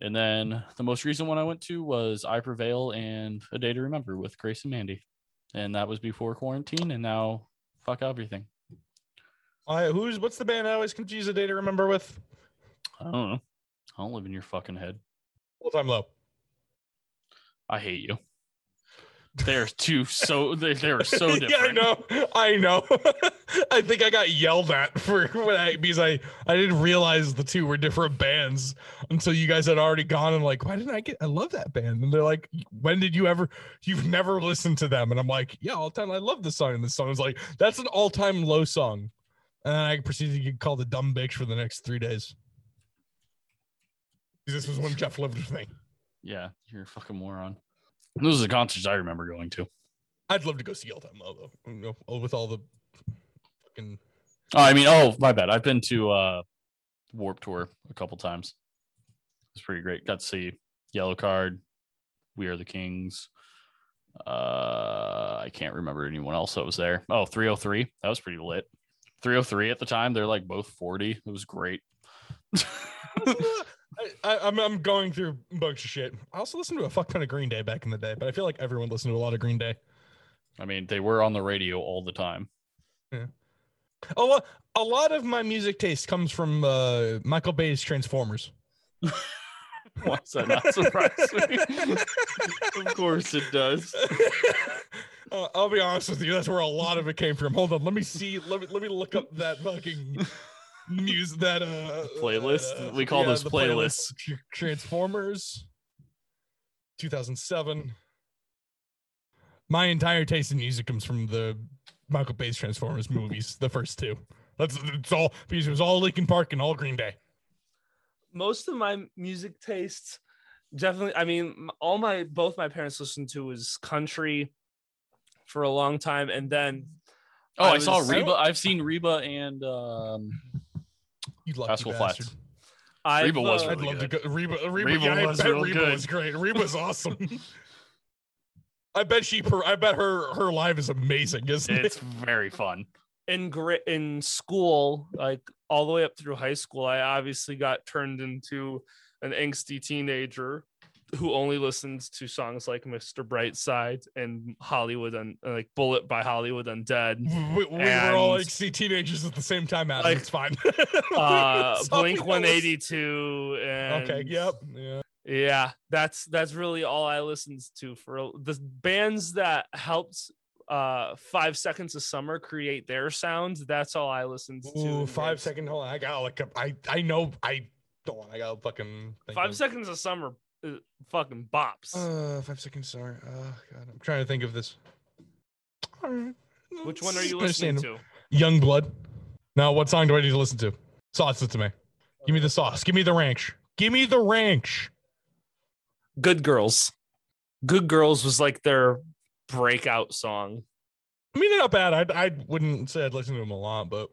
Speaker 3: and then the most recent one I went to was I Prevail and A Day to Remember with Grace and Mandy, and that was before quarantine. And now, fuck everything.
Speaker 2: I who's what's the band I always confuse the day to remember with?
Speaker 3: I don't know. I don't live in your fucking head.
Speaker 2: Full time low.
Speaker 3: I hate you. They're too so they they're so different.
Speaker 2: yeah, I know. I know. I think I got yelled at for when I because I I didn't realize the two were different bands until you guys had already gone and like, why didn't I get? I love that band, and they're like, when did you ever? You've never listened to them, and I'm like, yeah, all the time. I love this song, and this song is like, that's an all time low song, and I proceeded to get called a dumb bitch for the next three days. This was when Jeff lived with me.
Speaker 3: Yeah, you're a fucking moron. Those are the concerts I remember going to.
Speaker 2: I'd love to go see all time low though. You know, all- with all the fucking
Speaker 3: Oh, I mean, oh my bad. I've been to uh Warp Tour a couple times. It's pretty great. Got to see Yellow Card, We Are the Kings. Uh I can't remember anyone else that was there. Oh, 303. That was pretty lit. 303 at the time, they're like both 40. It was great.
Speaker 2: I, I, I'm I'm going through a bunch of shit. I also listened to a fuck ton of Green Day back in the day, but I feel like everyone listened to a lot of Green Day.
Speaker 3: I mean, they were on the radio all the time.
Speaker 2: A lot, a lot of my music taste comes from uh, Michael Bay's Transformers.
Speaker 3: Why does that not surprise me? of course it does.
Speaker 2: Uh, I'll be honest with you, that's where a lot of it came from. Hold on, let me see. Let me let me look up that fucking music that uh
Speaker 3: Playlist? We call those
Speaker 2: the
Speaker 3: playlists.
Speaker 2: Tr- Transformers, 2007. My entire taste in music comes from the Michael Bay's Transformers movies, the first two. That's it's all because it was all Linkin Park and all Green Day.
Speaker 1: most of my music tastes definitely i mean m- all my both my parents listened to was country for a long time and then
Speaker 3: Oh, I,
Speaker 1: I
Speaker 3: saw
Speaker 1: was-
Speaker 3: Reba. I've seen Reba and um,
Speaker 2: You lucky
Speaker 3: Rascal
Speaker 2: bastard.
Speaker 3: Flats.
Speaker 1: i
Speaker 3: Reba was
Speaker 2: I'd
Speaker 3: really
Speaker 2: love to go. Reba, Reba,
Speaker 3: Reba
Speaker 2: yeah,
Speaker 3: was
Speaker 2: I bet
Speaker 3: real
Speaker 2: Reba
Speaker 3: good.
Speaker 2: was great. Reba's awesome. I bet she. per- I bet her. Her live is amazing, isn't
Speaker 3: it's
Speaker 2: it?
Speaker 3: very fun.
Speaker 1: in gri- in school like all the way up through high school i obviously got turned into an angsty teenager who only listens to songs like mr brightside and hollywood and like bullet by hollywood undead
Speaker 2: We, we were all
Speaker 1: And-
Speaker 2: like see teenagers at the same time. Adam,
Speaker 1: Like,
Speaker 2: it's fine.
Speaker 1: uh
Speaker 2: It's all we
Speaker 1: blink
Speaker 2: all listen-
Speaker 1: 182 and
Speaker 2: Okay. Yep. Yeah.
Speaker 1: yeah that's that's really all i listened to for a- the bands that helped uh five seconds of summer create their sound that's all i listened to
Speaker 2: Ooh,
Speaker 1: in
Speaker 2: five
Speaker 1: grade-
Speaker 2: second. Hold on. I gotta look up. I. I know. I. Don't want. I gotta fucking. think
Speaker 1: five
Speaker 2: of-
Speaker 1: seconds of summer uh, fucking bops
Speaker 2: Uh, five seconds. Sorry. Oh God. I'm trying to think of this. All right.
Speaker 1: which one are you listening to
Speaker 2: Young Blood. Now, what song do I need to listen to? Sauce it to me. Give me the sauce. Give me the ranch. Give me the ranch.
Speaker 1: good girls good girls was like their breakout song
Speaker 2: I mean, they're not bad. I I wouldn't say I'd listen to them a lot, but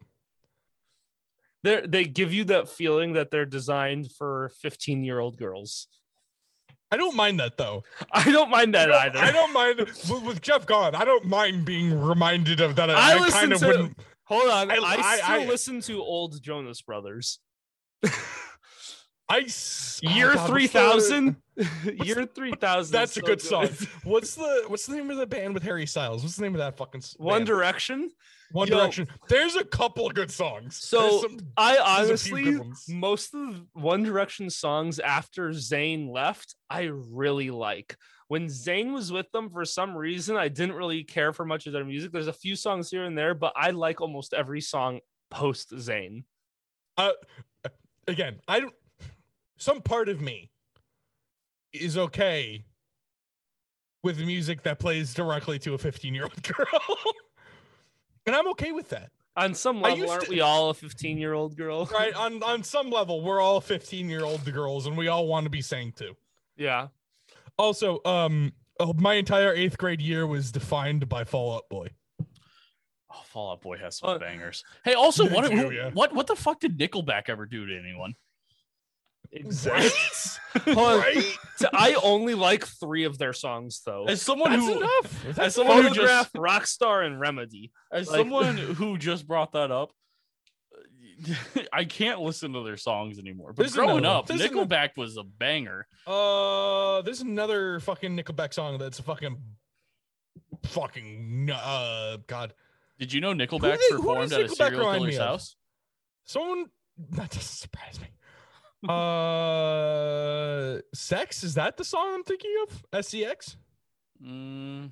Speaker 1: they they give you that feeling that they're designed for 15 year old girls
Speaker 2: I don't mind that though.
Speaker 1: i don't mind that
Speaker 2: I
Speaker 1: either
Speaker 2: don't, I don't mind with with Jeff gone. I don't mind being reminded of that. I,
Speaker 1: I
Speaker 2: I
Speaker 1: listen
Speaker 2: kind of
Speaker 1: to-
Speaker 2: wouldn't.
Speaker 1: Hold on,
Speaker 2: I-
Speaker 1: I,
Speaker 2: I-
Speaker 1: still
Speaker 2: I-
Speaker 1: listen to old Jonas Brothers.
Speaker 2: I s- oh,
Speaker 1: Year
Speaker 2: God, what's the-
Speaker 1: three thousand, year
Speaker 2: the-
Speaker 1: three thousand.
Speaker 2: That's a good song. What's the What's the name of the band with Harry Styles? What's the name of that fucking s- band?
Speaker 1: One Direction.
Speaker 2: One
Speaker 1: Yo.
Speaker 2: Direction? There's a couple of good songs.
Speaker 1: So,
Speaker 2: There's some-
Speaker 1: I
Speaker 2: there's a few
Speaker 1: honestly,
Speaker 2: good ones.
Speaker 1: most of One Direction songs after Zayn left, I really like. When Zayn was with them, for some reason, I didn't really care for much of their music. There's a few songs here and there, but I like almost every song post Zayn.
Speaker 2: again, I don't. Some part of me is okay with music that plays directly to a 15 year old girl, and I'm okay with that.
Speaker 1: On some
Speaker 2: I
Speaker 1: level,
Speaker 2: used
Speaker 1: aren't
Speaker 2: to-
Speaker 1: we all a 15 year old girl?
Speaker 2: Right on on some level, we're all 15 year old girls, and we all want to be sang to.
Speaker 1: Yeah.
Speaker 2: Also, um, oh, my entire eighth grade year was defined by Fall Out Boy.
Speaker 3: Oh, Fallout Boy has some
Speaker 1: Uh,
Speaker 3: bangers. Hey, also,
Speaker 2: they
Speaker 3: what,
Speaker 2: do,
Speaker 3: who-
Speaker 2: yeah.
Speaker 3: what what the fuck did Nickelback ever do to anyone?
Speaker 1: Exactly. Hold on.
Speaker 2: Right?
Speaker 1: So I only like three of their songs though.
Speaker 3: As someone
Speaker 2: That's
Speaker 3: who
Speaker 2: enough.
Speaker 3: as someone who
Speaker 1: Photograph,
Speaker 3: just
Speaker 1: Rockstar, and Remedy.
Speaker 3: as
Speaker 1: like-
Speaker 3: someone who just brought that up, I can't listen to their songs anymore. But
Speaker 2: There's
Speaker 3: growing
Speaker 2: another one.
Speaker 3: up,
Speaker 2: There's another-
Speaker 3: Nickelback was a banger.
Speaker 2: Uh, there's another fucking Nickelback song that's a fucking, fucking uh, God,
Speaker 3: Did you know Nickelback
Speaker 2: did- who
Speaker 3: performed
Speaker 2: does
Speaker 3: at a
Speaker 2: Nickelback
Speaker 3: serial
Speaker 2: remind
Speaker 3: killer's
Speaker 2: me of?
Speaker 3: house?
Speaker 2: someone that doesn't surprise me. E Uh, sex is that the song I'm thinking of? Sex.
Speaker 3: Mm,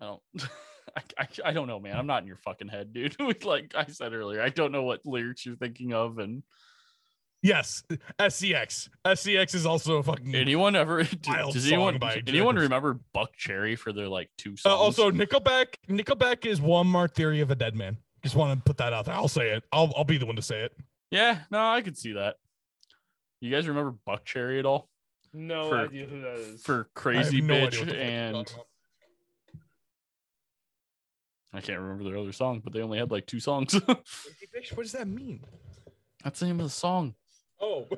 Speaker 3: I don't. I, I, I don't know, man. I'm not in your fucking head, dude. like I said earlier, I don't know what lyrics you're thinking of, and
Speaker 2: Yes, E SCX. SCX is also a fucking.
Speaker 3: anyone ever d-
Speaker 2: Hmm. Wild
Speaker 3: does
Speaker 2: song
Speaker 3: anyone
Speaker 2: by
Speaker 3: does anyone
Speaker 2: Judas.
Speaker 3: remember Buck Cherry for their like two songs?
Speaker 2: Uh, also, Nickelback. Nickelback is Walmart theory of a dead man. Just want to put that out there. I'll say it. I'll I'll be the one to say it.
Speaker 3: yeah, no, I could see that. You guys remember Buck Cherry at all?
Speaker 1: No
Speaker 3: For-
Speaker 1: idea who that is.
Speaker 3: For
Speaker 2: I have
Speaker 3: Crazy
Speaker 2: no idea what the
Speaker 3: Bitch
Speaker 2: fuck you're
Speaker 3: and
Speaker 2: talking about.
Speaker 3: I can't remember their other song, but they only had like two songs.
Speaker 2: Crazy bitch. What does that mean?
Speaker 3: That's the name of the song.
Speaker 2: Oh,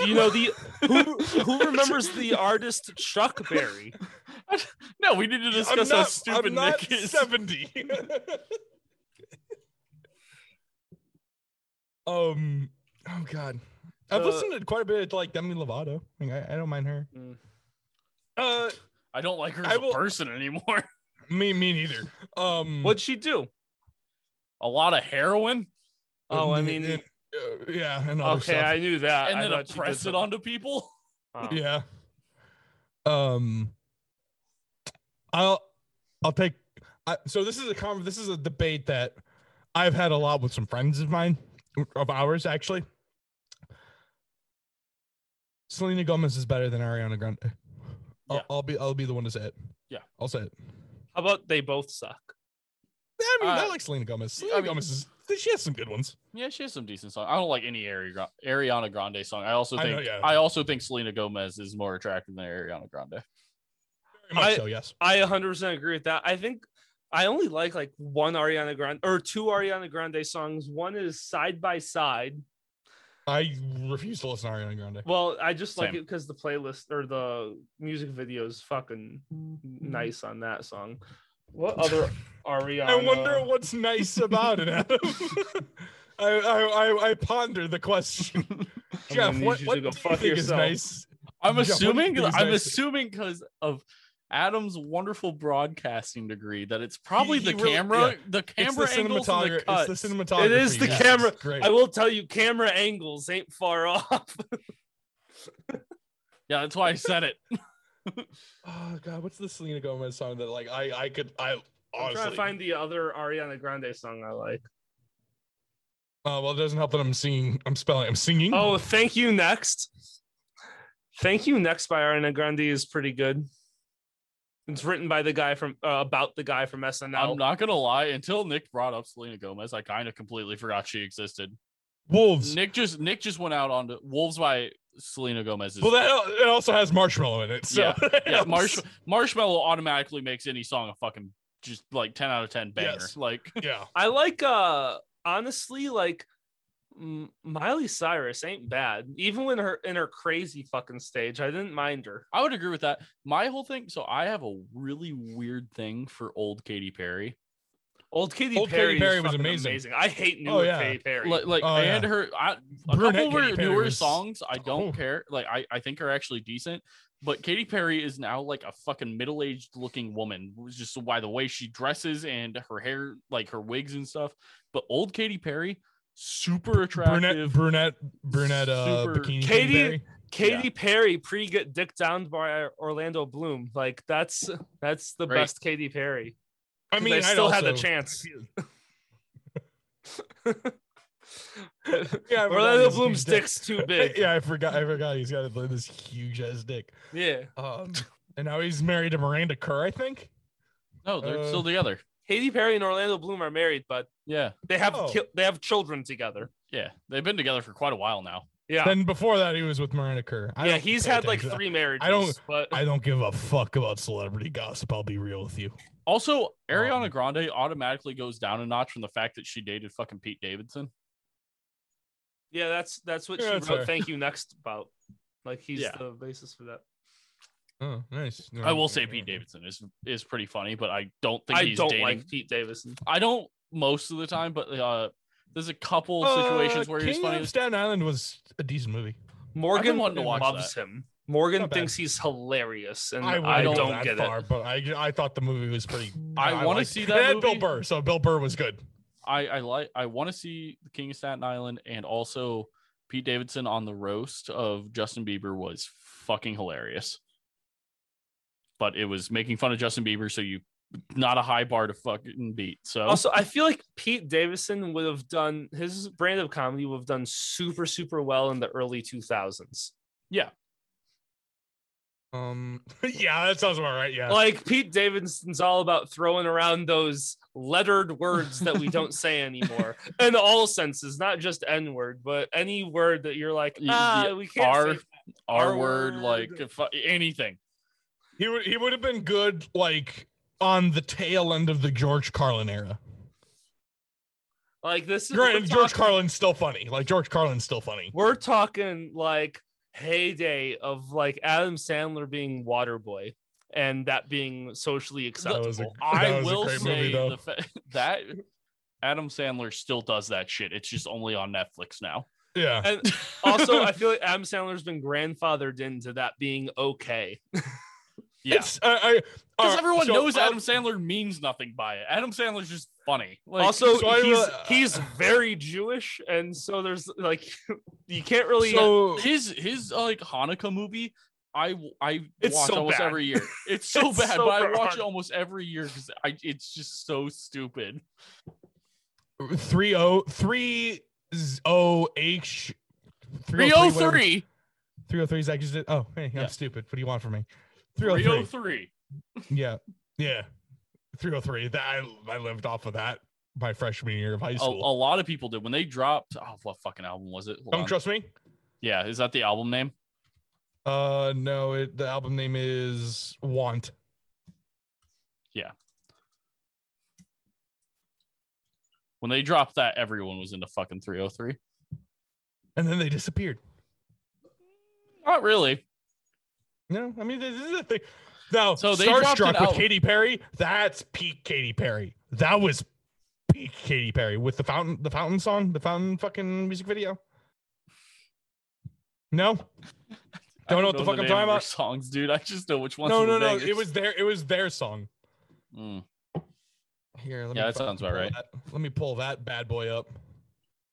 Speaker 1: Do you know the who who remembers the artist Chuck Berry?
Speaker 3: No, we need to
Speaker 2: I'm
Speaker 3: discuss
Speaker 2: not,
Speaker 3: how stupid
Speaker 2: I'm not
Speaker 3: Nick is.
Speaker 2: Seventy. um. Oh God. I've
Speaker 1: Uh,
Speaker 2: listened to quite a bit like Demi Lovato. Like, I, I don't mind her.
Speaker 3: Mm.
Speaker 2: Uh,
Speaker 3: I don't like her
Speaker 2: I
Speaker 3: as
Speaker 2: will-
Speaker 3: a person anymore.
Speaker 2: me me neither. Um,
Speaker 1: What'd she do?
Speaker 3: A lot of heroin
Speaker 1: Oh, I
Speaker 2: n-
Speaker 1: mean,
Speaker 2: n- uh, yeah, and other
Speaker 1: okay,
Speaker 2: stuff.
Speaker 1: I knew that.
Speaker 3: and
Speaker 1: I
Speaker 3: then
Speaker 1: thought she did
Speaker 3: oppress it
Speaker 1: something.
Speaker 3: onto people.
Speaker 1: Oh.
Speaker 2: yeah. Um, I'll I'll take. I, so this is a con- this is a debate that I've had a lot with some friends of mine of ours actually. Selena Gomez is better than Ariana Grande. I'll,
Speaker 3: Yeah.
Speaker 2: I'll be I'll be the one to say it.
Speaker 3: Yeah.
Speaker 2: I'll say it.
Speaker 1: How about they both suck?
Speaker 2: I mean, I
Speaker 3: Uh,
Speaker 2: like Selena Gomez.
Speaker 3: I
Speaker 2: Selena
Speaker 3: mean-
Speaker 2: Gomez is she has some good ones.
Speaker 3: Yeah, she has some decent songs. I don't like any Ari- Gra- Ariana Grande song. I also
Speaker 2: I know,
Speaker 3: think I,
Speaker 2: yeah.
Speaker 3: also think Selena Gomez is more attractive than Ariana Grande.
Speaker 2: Very much
Speaker 1: I-
Speaker 2: so, yes.
Speaker 1: I 100% agree with that. I think I only like like one Ariana Grande or two Ariana Grande songs. One is Side by Side.
Speaker 2: I refuse to listen to Ariana Grande.
Speaker 1: Well, I just like
Speaker 3: Same.
Speaker 1: it because the playlist or the music video is fucking
Speaker 3: Mm-hmm.
Speaker 1: nice on that song. What other Ariana?
Speaker 2: I wonder what's nice about it, Adam. I, I, I, I ponder the question.
Speaker 1: I'm
Speaker 2: Jeff,
Speaker 1: gonna
Speaker 2: what,
Speaker 1: need you
Speaker 2: what
Speaker 1: to go
Speaker 2: do you
Speaker 1: fuck
Speaker 2: think is
Speaker 1: yourself.
Speaker 2: nice?
Speaker 3: I'm
Speaker 2: Yeah, what do you
Speaker 3: assuming
Speaker 2: think is
Speaker 3: I'm
Speaker 2: nice?
Speaker 3: assuming because of Adam's wonderful broadcasting degree that it's probably
Speaker 2: he
Speaker 3: the
Speaker 2: really-
Speaker 3: camera,
Speaker 2: yeah.
Speaker 3: the camera angles, and the
Speaker 2: cinematogra-
Speaker 3: cuts.
Speaker 2: It's the cinematography.
Speaker 1: It is the
Speaker 2: yes,
Speaker 1: camera.
Speaker 2: Great.
Speaker 1: I will tell you, camera angles ain't far off.
Speaker 3: yeah, that's why I said it.
Speaker 2: oh God, what's the Selena Gomez song that like I I could I
Speaker 1: I'm trying to
Speaker 2: honestly.
Speaker 1: find the other Ariana Grande song I like.
Speaker 2: Uh, well, it doesn't help that I'm singing. I'm spelling. I'm singing.
Speaker 1: Oh, thank you. Next, thank you. Next by Ariana Grande is pretty good. It's written by the guy from uh, about the guy from SNL.
Speaker 3: I'm not gonna lie. Until Nick brought up Selena Gomez, I kind of completely forgot she existed.
Speaker 2: wolves.
Speaker 3: Nick just Nick just went out on Wolves by Selena Gomez. Is,
Speaker 2: well, that al- it also has marshmallow in it. So
Speaker 3: Yeah,
Speaker 2: that
Speaker 3: yeah,
Speaker 2: helps.
Speaker 3: Marsh, Marshmallow automatically makes any song a fucking just like 10 out of 10 banger.
Speaker 2: Yes.
Speaker 3: Like
Speaker 2: Yeah.
Speaker 1: I like uh honestly like M- Miley Cyrus ain't bad. Even when her in her crazy fucking stage, I didn't mind her.
Speaker 3: I would agree with that. My whole thing, so I have a really weird thing for old Katy Perry.
Speaker 1: Old Katy
Speaker 2: Old Katy
Speaker 1: Perry,
Speaker 2: Perry was
Speaker 1: was
Speaker 2: amazing.
Speaker 1: amazing. I hate newer
Speaker 2: Oh, yeah.
Speaker 1: Katy Perry.
Speaker 3: Like, like
Speaker 2: Oh,
Speaker 3: and
Speaker 2: yeah.
Speaker 3: her I, a
Speaker 2: Brunette
Speaker 3: couple of
Speaker 2: Katy
Speaker 3: her
Speaker 2: Perry
Speaker 3: newer
Speaker 2: was-
Speaker 3: songs I don't
Speaker 2: Oh.
Speaker 3: care. Like I, I think are actually decent. But Katy Perry is now like a fucking middle-aged looking woman, was just by the way she dresses and her hair, like her wigs and stuff. But old Katy Perry, super attractive.
Speaker 2: Brunette, brunette, brunette, uh,
Speaker 3: Super-
Speaker 2: bikini.
Speaker 1: Katy-
Speaker 2: Perry.
Speaker 1: Katy Perry pre get dick down by Orlando Bloom. Like that's that's the
Speaker 3: Right.
Speaker 1: best Katy Perry.
Speaker 2: I
Speaker 1: 'Cause
Speaker 2: mean,
Speaker 1: they still had
Speaker 2: I'd
Speaker 1: the
Speaker 2: also-
Speaker 1: chance.
Speaker 2: Yeah, I forgot
Speaker 1: Orlando
Speaker 2: he's a
Speaker 1: Bloom's
Speaker 2: huge dick.
Speaker 1: dick's too big.
Speaker 2: yeah, I forgot. I forgot he's got this huge ass dick.
Speaker 1: yeah.
Speaker 2: Um, and now he's married to Miranda Kerr, I think.
Speaker 3: No, they're
Speaker 2: Uh,
Speaker 3: still together.
Speaker 1: Katy Perry and Orlando Bloom are married, but
Speaker 3: Yeah.
Speaker 1: they have
Speaker 2: Oh.
Speaker 1: ki- they have children together.
Speaker 3: Yeah, they've been together for quite a while now.
Speaker 1: Yeah,
Speaker 2: Then before that, he was with Miranda Kerr. I
Speaker 1: yeah.
Speaker 2: don't
Speaker 1: He's
Speaker 2: pay
Speaker 1: had like
Speaker 2: attention to
Speaker 1: three marriages.
Speaker 2: I don't-
Speaker 1: But
Speaker 2: that. I don't give a fuck about celebrity gossip. I'll be real with you.
Speaker 3: Also, Ariana
Speaker 2: Um,
Speaker 3: Grande automatically goes down a notch from the fact that she dated fucking Pete Davidson.
Speaker 1: yeah, that's that's what
Speaker 2: Yeah,
Speaker 1: she
Speaker 2: that's
Speaker 1: wrote.
Speaker 2: fair.
Speaker 1: Thank you next about. Like he's
Speaker 3: Yeah.
Speaker 1: the basis for that.
Speaker 2: Oh, nice.
Speaker 3: I will say Pete Davidson is is pretty funny, but I don't think
Speaker 1: I
Speaker 3: he's
Speaker 1: don't
Speaker 3: dating.
Speaker 1: like Pete Davidson.
Speaker 3: I don't most of the time, but uh, there's a couple situations where
Speaker 2: Uh, King
Speaker 3: he's funny.
Speaker 2: of Staten Island was a decent movie.
Speaker 1: Morgan
Speaker 3: wanting to watch
Speaker 1: loves him. Morgan
Speaker 2: Not bad.
Speaker 1: thinks he's hilarious, and
Speaker 2: I,
Speaker 1: I,
Speaker 2: wouldn't go
Speaker 1: don't,
Speaker 2: that
Speaker 1: get
Speaker 2: far,
Speaker 1: it.
Speaker 2: but I I thought the movie was pretty.
Speaker 3: I wanna
Speaker 2: liked-
Speaker 3: see
Speaker 2: It
Speaker 3: that
Speaker 2: had Bill
Speaker 3: movie.
Speaker 2: Burr, so Bill Burr was good.
Speaker 3: I I like I want to see the King of Staten Island and also Pete Davidson on the roast of Justin Bieber was fucking hilarious. But it was making fun of Justin Bieber, so you not a high bar to fucking beat. So
Speaker 1: Also, I feel like Pete Davidson would have done his brand of comedy would have done super, super well in the early 2000s.
Speaker 2: Um, yeah, that sounds about right. Yeah.
Speaker 1: Like Pete Davidson's all about throwing around those lettered words that we don't say anymore in all senses, not just N word, but any word that you're like,
Speaker 3: Y-
Speaker 1: ah,
Speaker 3: yeah,
Speaker 1: we can't.
Speaker 3: R-
Speaker 1: say-
Speaker 3: R,
Speaker 2: R
Speaker 3: word,
Speaker 2: word.
Speaker 3: like if I- anything.
Speaker 2: He would he would have been good like on the tail end of the George Carlin era.
Speaker 1: Like this is we're
Speaker 2: Granted, George
Speaker 1: talking-
Speaker 2: Carlin's still funny. Like George Carlin's still funny.
Speaker 1: We're talking like heyday of like Adam Sandler being Waterboy and that being socially
Speaker 2: That
Speaker 1: acceptable.
Speaker 2: was a- that
Speaker 3: I
Speaker 2: was a
Speaker 3: will
Speaker 2: great movie,
Speaker 3: say
Speaker 2: though.
Speaker 3: the fa- that Adam Sandler still does that shit. It's just only on Netflix now.
Speaker 2: Yeah.
Speaker 1: And also, I feel like Adam Sandler's been grandfathered into that being okay.
Speaker 3: yeah,
Speaker 2: It's, I, I,
Speaker 3: because
Speaker 2: uh,
Speaker 3: everyone
Speaker 2: so
Speaker 3: knows
Speaker 2: I'll-
Speaker 3: Adam Sandler means nothing by it. Adam Sandler's just funny. Like,
Speaker 1: also,
Speaker 2: so I
Speaker 1: he's
Speaker 2: will-
Speaker 1: he's very Jewish, and so there's like you can't really.
Speaker 2: So
Speaker 3: his his uh, like Hanukkah movie, I w- I
Speaker 1: It's
Speaker 3: watch
Speaker 1: so
Speaker 3: almost
Speaker 1: bad.
Speaker 3: every year. It's so
Speaker 1: It's
Speaker 3: bad,
Speaker 1: so
Speaker 3: but I
Speaker 1: bad.
Speaker 3: watch it almost every year because I it's just so stupid.
Speaker 2: three o three o h
Speaker 3: Three oh three.
Speaker 2: three o three is actually oh hey
Speaker 3: Yeah.
Speaker 2: I'm stupid. What do you want from me? Three o
Speaker 3: Three oh
Speaker 2: three.
Speaker 3: three.
Speaker 2: Yeah. Yeah. Three o three. That I, I lived off of that my freshman year of high
Speaker 3: A, a
Speaker 2: school.
Speaker 3: lot of people did when they dropped. Oh, what fucking album was it? Hold
Speaker 2: Don't
Speaker 3: on.
Speaker 2: trust me.
Speaker 3: Yeah, is that the album name?
Speaker 2: Uh no, it, the album name is Want.
Speaker 3: When they dropped that, everyone was into fucking 303.
Speaker 2: And then they disappeared.
Speaker 3: Not really.
Speaker 2: No, I mean this is the thing. Now
Speaker 3: So they dropped an
Speaker 2: Starstruck with
Speaker 3: album.
Speaker 2: Katy Perry, that's peak Katy Perry. That was peak Katy Perry with the fountain the fountain song, the fountain fucking music video. No,
Speaker 3: I
Speaker 2: Don't know what the fuck I'm
Speaker 3: name
Speaker 2: talking
Speaker 3: of their
Speaker 2: about.
Speaker 3: Songs, dude. I just know which ones.
Speaker 2: no, no,
Speaker 3: were
Speaker 2: no.
Speaker 3: bangers.
Speaker 2: It was their it was their song.
Speaker 3: Mm.
Speaker 2: Here, let
Speaker 3: Yeah,
Speaker 2: me
Speaker 3: that
Speaker 2: fu-
Speaker 3: sounds about
Speaker 2: pull
Speaker 3: right.
Speaker 2: that- let me pull that bad boy up.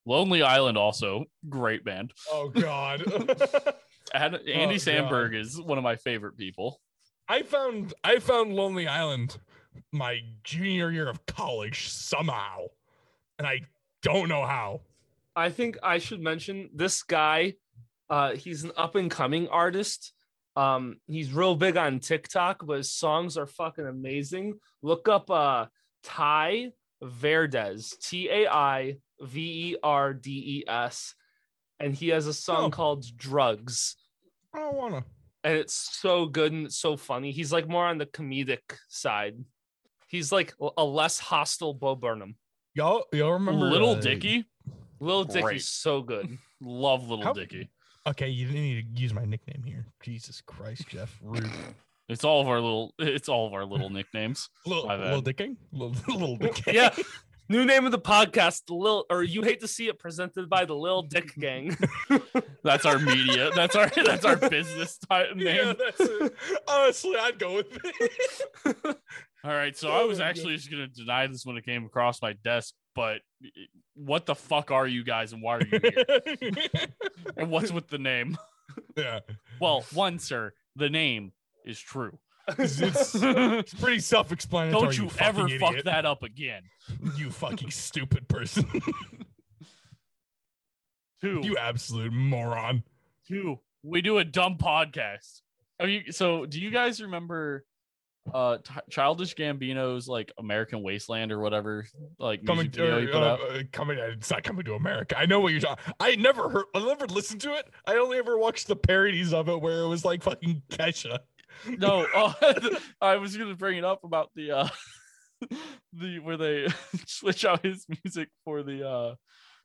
Speaker 3: Lonely Island. Also, great band.
Speaker 2: Oh god.
Speaker 3: Ad- Andy
Speaker 2: Oh, God.
Speaker 3: Sandberg is one of my favorite people.
Speaker 2: I found I found Lonely Island my junior year of college somehow. And I don't know how.
Speaker 1: I think I should mention this guy. Uh, he's an up and coming artist. Um, he's real big on TikTok, but his songs are fucking amazing. Look up uh, Ty Verdes, T A I V E R D E S, and he has a song
Speaker 2: Oh.
Speaker 1: called "Drugs,"
Speaker 2: I don't wanna.
Speaker 1: and it's so good and it's so funny. He's like more on the comedic side. He's like a less hostile Bo Burnham.
Speaker 2: Y'all y'all remember
Speaker 3: Little
Speaker 2: uh,
Speaker 3: Dicky.
Speaker 1: Lil
Speaker 3: Great.
Speaker 1: Dicky's so good.
Speaker 3: Love Little
Speaker 2: How-
Speaker 3: Dicky.
Speaker 2: Okay, you didn't need to use my nickname here. Jesus Christ, Jeff. Rude.
Speaker 3: It's all of our little. It's all of our little nicknames.
Speaker 2: little,
Speaker 3: My bad.
Speaker 2: little dicking? Little, little dicking.
Speaker 1: Yeah. New name of the podcast, the Lil, or you hate to see it presented by the Lil Dick Gang.
Speaker 3: That's our media. That's our. That's our business type name.
Speaker 2: Yeah, that's it. Honestly, I'd go with it.
Speaker 3: All right, so
Speaker 2: Oh
Speaker 3: I was
Speaker 2: my
Speaker 3: actually just gonna deny this when it came across my desk, but eh, what the fuck are you guys and why are you here? and what's with the name?
Speaker 2: yeah.
Speaker 3: Well, one, sir, the name is true.
Speaker 2: It's, it's-
Speaker 3: Don't
Speaker 2: it's pretty self-explanatory.
Speaker 3: you,
Speaker 2: fucking
Speaker 3: ever fuck
Speaker 2: idiot.
Speaker 3: that up again.
Speaker 2: You fucking stupid person.
Speaker 3: Two,
Speaker 2: you absolute moron.
Speaker 3: two, we do a dumb podcast. Are you so do you guys remember uh Ti- childish Gambino's like American Wasteland or whatever like
Speaker 2: coming
Speaker 3: music video he
Speaker 2: to
Speaker 3: put
Speaker 2: uh,
Speaker 3: out?
Speaker 2: uh, coming it's not coming to america i know what you're talking i never heard i never listened to it i only ever watched the parodies of it where it was like fucking kesha
Speaker 3: No, oh, I was gonna bring it up about the uh the where they switch out his music for the uh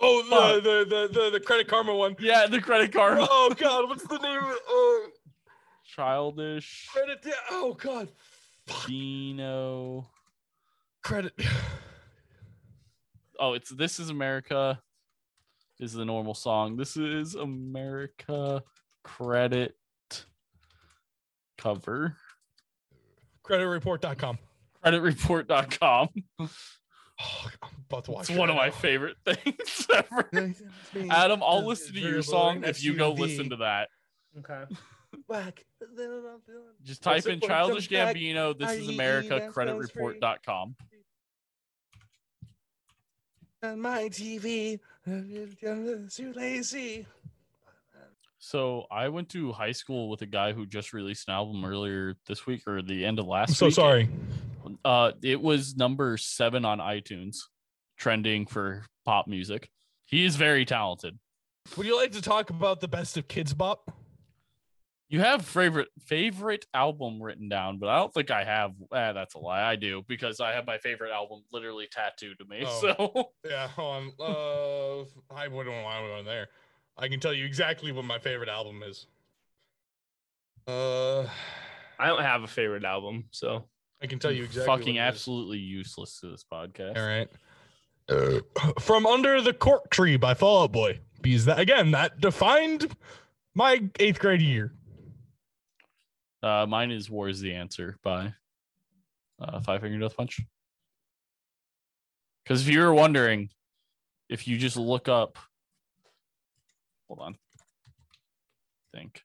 Speaker 2: oh
Speaker 3: Fuck.
Speaker 2: the, the the the the credit karma one
Speaker 3: yeah the credit card
Speaker 2: oh god what's the name of uh,
Speaker 3: childish
Speaker 2: credit oh god Fuck.
Speaker 3: Gino.
Speaker 2: credit
Speaker 3: Oh, it's this is America is the normal song. This is America credit cover
Speaker 2: creditreport.com
Speaker 3: creditreport.com.
Speaker 2: oh, i'm about to watch
Speaker 3: It's
Speaker 2: it
Speaker 3: one of my
Speaker 2: right
Speaker 3: favorite things ever.
Speaker 2: now.
Speaker 3: Adam, I'll
Speaker 2: It's
Speaker 3: listen to
Speaker 2: very boring
Speaker 3: your song if you go
Speaker 2: SUV.
Speaker 3: listen to that.
Speaker 1: okay.
Speaker 2: back.
Speaker 3: Just
Speaker 2: Once
Speaker 3: type in
Speaker 2: upon a
Speaker 3: childish
Speaker 2: time back,
Speaker 3: Gambino. This is
Speaker 2: IEE,
Speaker 3: America.
Speaker 2: E, that
Speaker 3: Credit
Speaker 2: sounds
Speaker 3: report
Speaker 2: right.
Speaker 3: dot com.
Speaker 2: On my TV, I'm too lazy.
Speaker 3: So I went to high school with a guy who just released an album earlier this week or the end of last
Speaker 2: I'm so
Speaker 3: week.
Speaker 2: sorry.
Speaker 3: Uh, it was number seven on iTunes, trending for pop music. He is very talented.
Speaker 2: Would you like to talk about the best of Kids Bop?
Speaker 3: You have favorite favorite album written down, but I don't think I have. Ah, that's a lie. I do because I have my favorite album literally tattooed to me.
Speaker 2: Oh.
Speaker 3: So
Speaker 2: Yeah, hold on. Uh, I wouldn't want to go there. I can tell you exactly what my favorite album is. Uh,
Speaker 1: I don't have a favorite album, so
Speaker 2: I can tell you exactly. what
Speaker 3: fucking
Speaker 2: it is.
Speaker 3: absolutely useless to this podcast.
Speaker 2: All right. Uh, From Under the Cork Tree by Fall Out Boy. Because that again, that defined my eighth grade year.
Speaker 3: Uh, mine is "War Is the Answer" by uh, Five Finger Death Punch. Because if you were wondering, if you just look up, hold on, think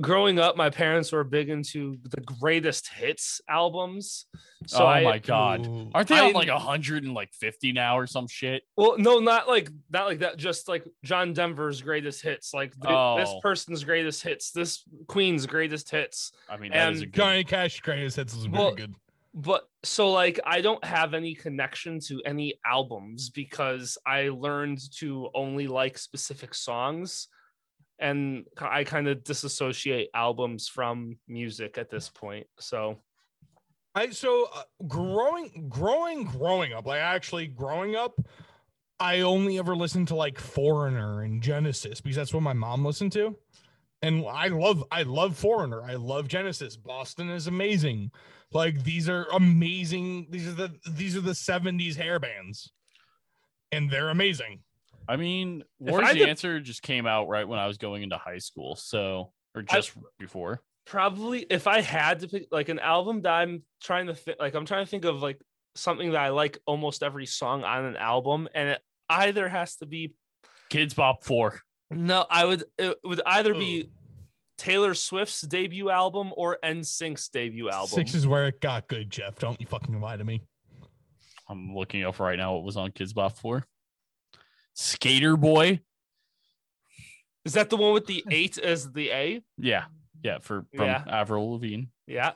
Speaker 1: growing up, my parents were big into the greatest hits albums. So
Speaker 3: Oh
Speaker 1: I,
Speaker 3: my God.
Speaker 2: Ooh.
Speaker 3: aren't they
Speaker 1: I-
Speaker 3: on like hundred and like fifty now or some shit?
Speaker 1: well, no, not like not like that. Just like John Denver's greatest hits, like th- this
Speaker 3: Oh.
Speaker 1: person's greatest hits, this Queen's greatest hits.
Speaker 3: I mean, that is
Speaker 1: And
Speaker 3: a good.
Speaker 2: Johnny Cash greatest hits was really
Speaker 1: Well,
Speaker 2: good.
Speaker 1: But so like I don't have any connection to any albums because I learned to only like specific songs. And I kind of disassociate albums from music at this point. So
Speaker 2: I so uh, growing, growing, growing up. Like actually growing up, I only ever listened to like Foreigner and Genesis because that's what my mom listened to, and I love, I love Foreigner. I love Genesis. Boston is amazing. Like these are amazing. These are the these are the seventies hair bands, and they're amazing.
Speaker 3: I mean,
Speaker 1: If
Speaker 3: "War Is
Speaker 1: I
Speaker 3: the
Speaker 1: did-
Speaker 3: Answer" just came out right when I was going into high school, so or just before.
Speaker 1: probably if I had to pick like an album that I'm trying to think, like I'm trying to think of like something that I like almost every song on an album, and it either has to be
Speaker 3: Kids Bop Four.
Speaker 1: no, I would it would either be Taylor Swift's debut album or NSYNC's debut album.
Speaker 2: Six is where it got good, Jeff. Don't you fucking lie to me.
Speaker 3: I'm looking up right now what was on Kids Bop 4. Skater Boy.
Speaker 1: Is that the one with the eight as the A?
Speaker 3: Yeah. Yeah. For from
Speaker 1: Yeah.
Speaker 3: Avril Lavigne.
Speaker 1: Yeah,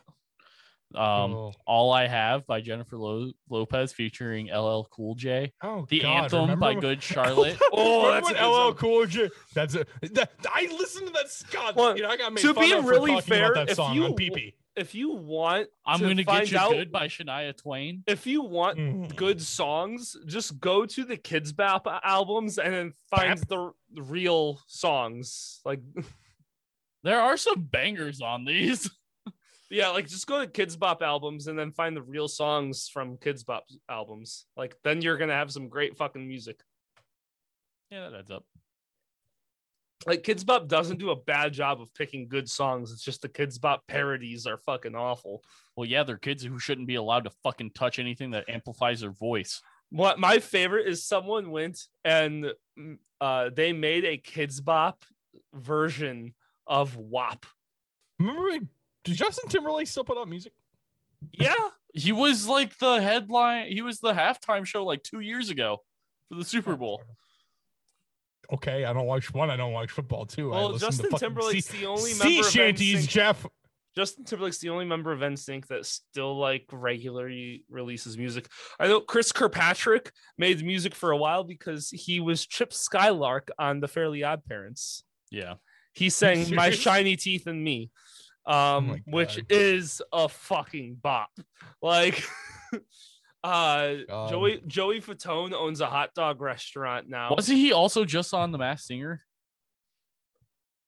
Speaker 3: Um,
Speaker 2: oh,
Speaker 3: All I Have by Jennifer Lo- Lopez featuring LL Cool J.
Speaker 2: Oh,
Speaker 3: The
Speaker 2: God,
Speaker 3: Anthem by
Speaker 2: remember-
Speaker 3: Good Charlotte.
Speaker 1: Oh,
Speaker 2: Remember
Speaker 1: that's a
Speaker 2: when
Speaker 1: good
Speaker 2: LL
Speaker 1: song.
Speaker 2: Cool J. That's a, that, I listened to that Scott.
Speaker 1: Well,
Speaker 2: you know, I got made
Speaker 1: to
Speaker 2: fun
Speaker 1: be
Speaker 2: of for
Speaker 1: really
Speaker 2: talking
Speaker 1: fair,
Speaker 2: about that
Speaker 1: if
Speaker 2: song
Speaker 1: you-
Speaker 2: on PP.
Speaker 1: if you want,
Speaker 3: I'm
Speaker 1: to
Speaker 3: going to get
Speaker 1: find
Speaker 3: you
Speaker 1: out-
Speaker 3: good by Shania Twain.
Speaker 1: if you want
Speaker 2: Mm.
Speaker 1: good songs, just go to the Kids Bap albums and then find
Speaker 2: Bap?
Speaker 1: the r- real songs. Like,
Speaker 3: There are some bangers on these.
Speaker 1: yeah, like just go to Kids Bop albums and then find the real songs from Kids Bop albums. Like, then you're gonna have some great fucking music.
Speaker 3: Yeah, that adds up.
Speaker 1: Like, Kids Bop doesn't do a bad job of picking good songs. It's just the Kids Bop parodies are fucking awful.
Speaker 3: Well, yeah, they're kids who shouldn't be allowed to fucking touch anything that amplifies their voice.
Speaker 1: What my favorite is someone went and mm, uh, they made a Kids Bop version of WAP.
Speaker 2: Remember, when, did Justin Timberlake still put out music?
Speaker 1: Yeah.
Speaker 3: He was like the headline, he was the halftime show like two years ago for the Super Bowl.
Speaker 2: Okay, I don't watch one. I don't watch football too. I
Speaker 1: Well,
Speaker 2: listen to
Speaker 1: Justin
Speaker 2: fucking
Speaker 1: Timberlake's
Speaker 2: sea,
Speaker 1: the only
Speaker 2: sea
Speaker 1: member
Speaker 2: shanties,
Speaker 1: of NSYNC.
Speaker 2: Jeff.
Speaker 1: Justin Timberlake's the only member of NSYNC that still like regularly releases music. I know Chris Kirkpatrick made music for a while because he was Chip Skylark on The Fairly Odd Parents.
Speaker 3: Yeah.
Speaker 1: He sang "My
Speaker 2: serious?
Speaker 1: Shiny Teeth and Me," um,
Speaker 2: my
Speaker 1: which
Speaker 2: God.
Speaker 1: is a fucking bop. Like, uh,
Speaker 2: God.
Speaker 1: Joey Joey Fatone owns a hot dog restaurant now.
Speaker 3: Wasn't he also just on The Masked Singer?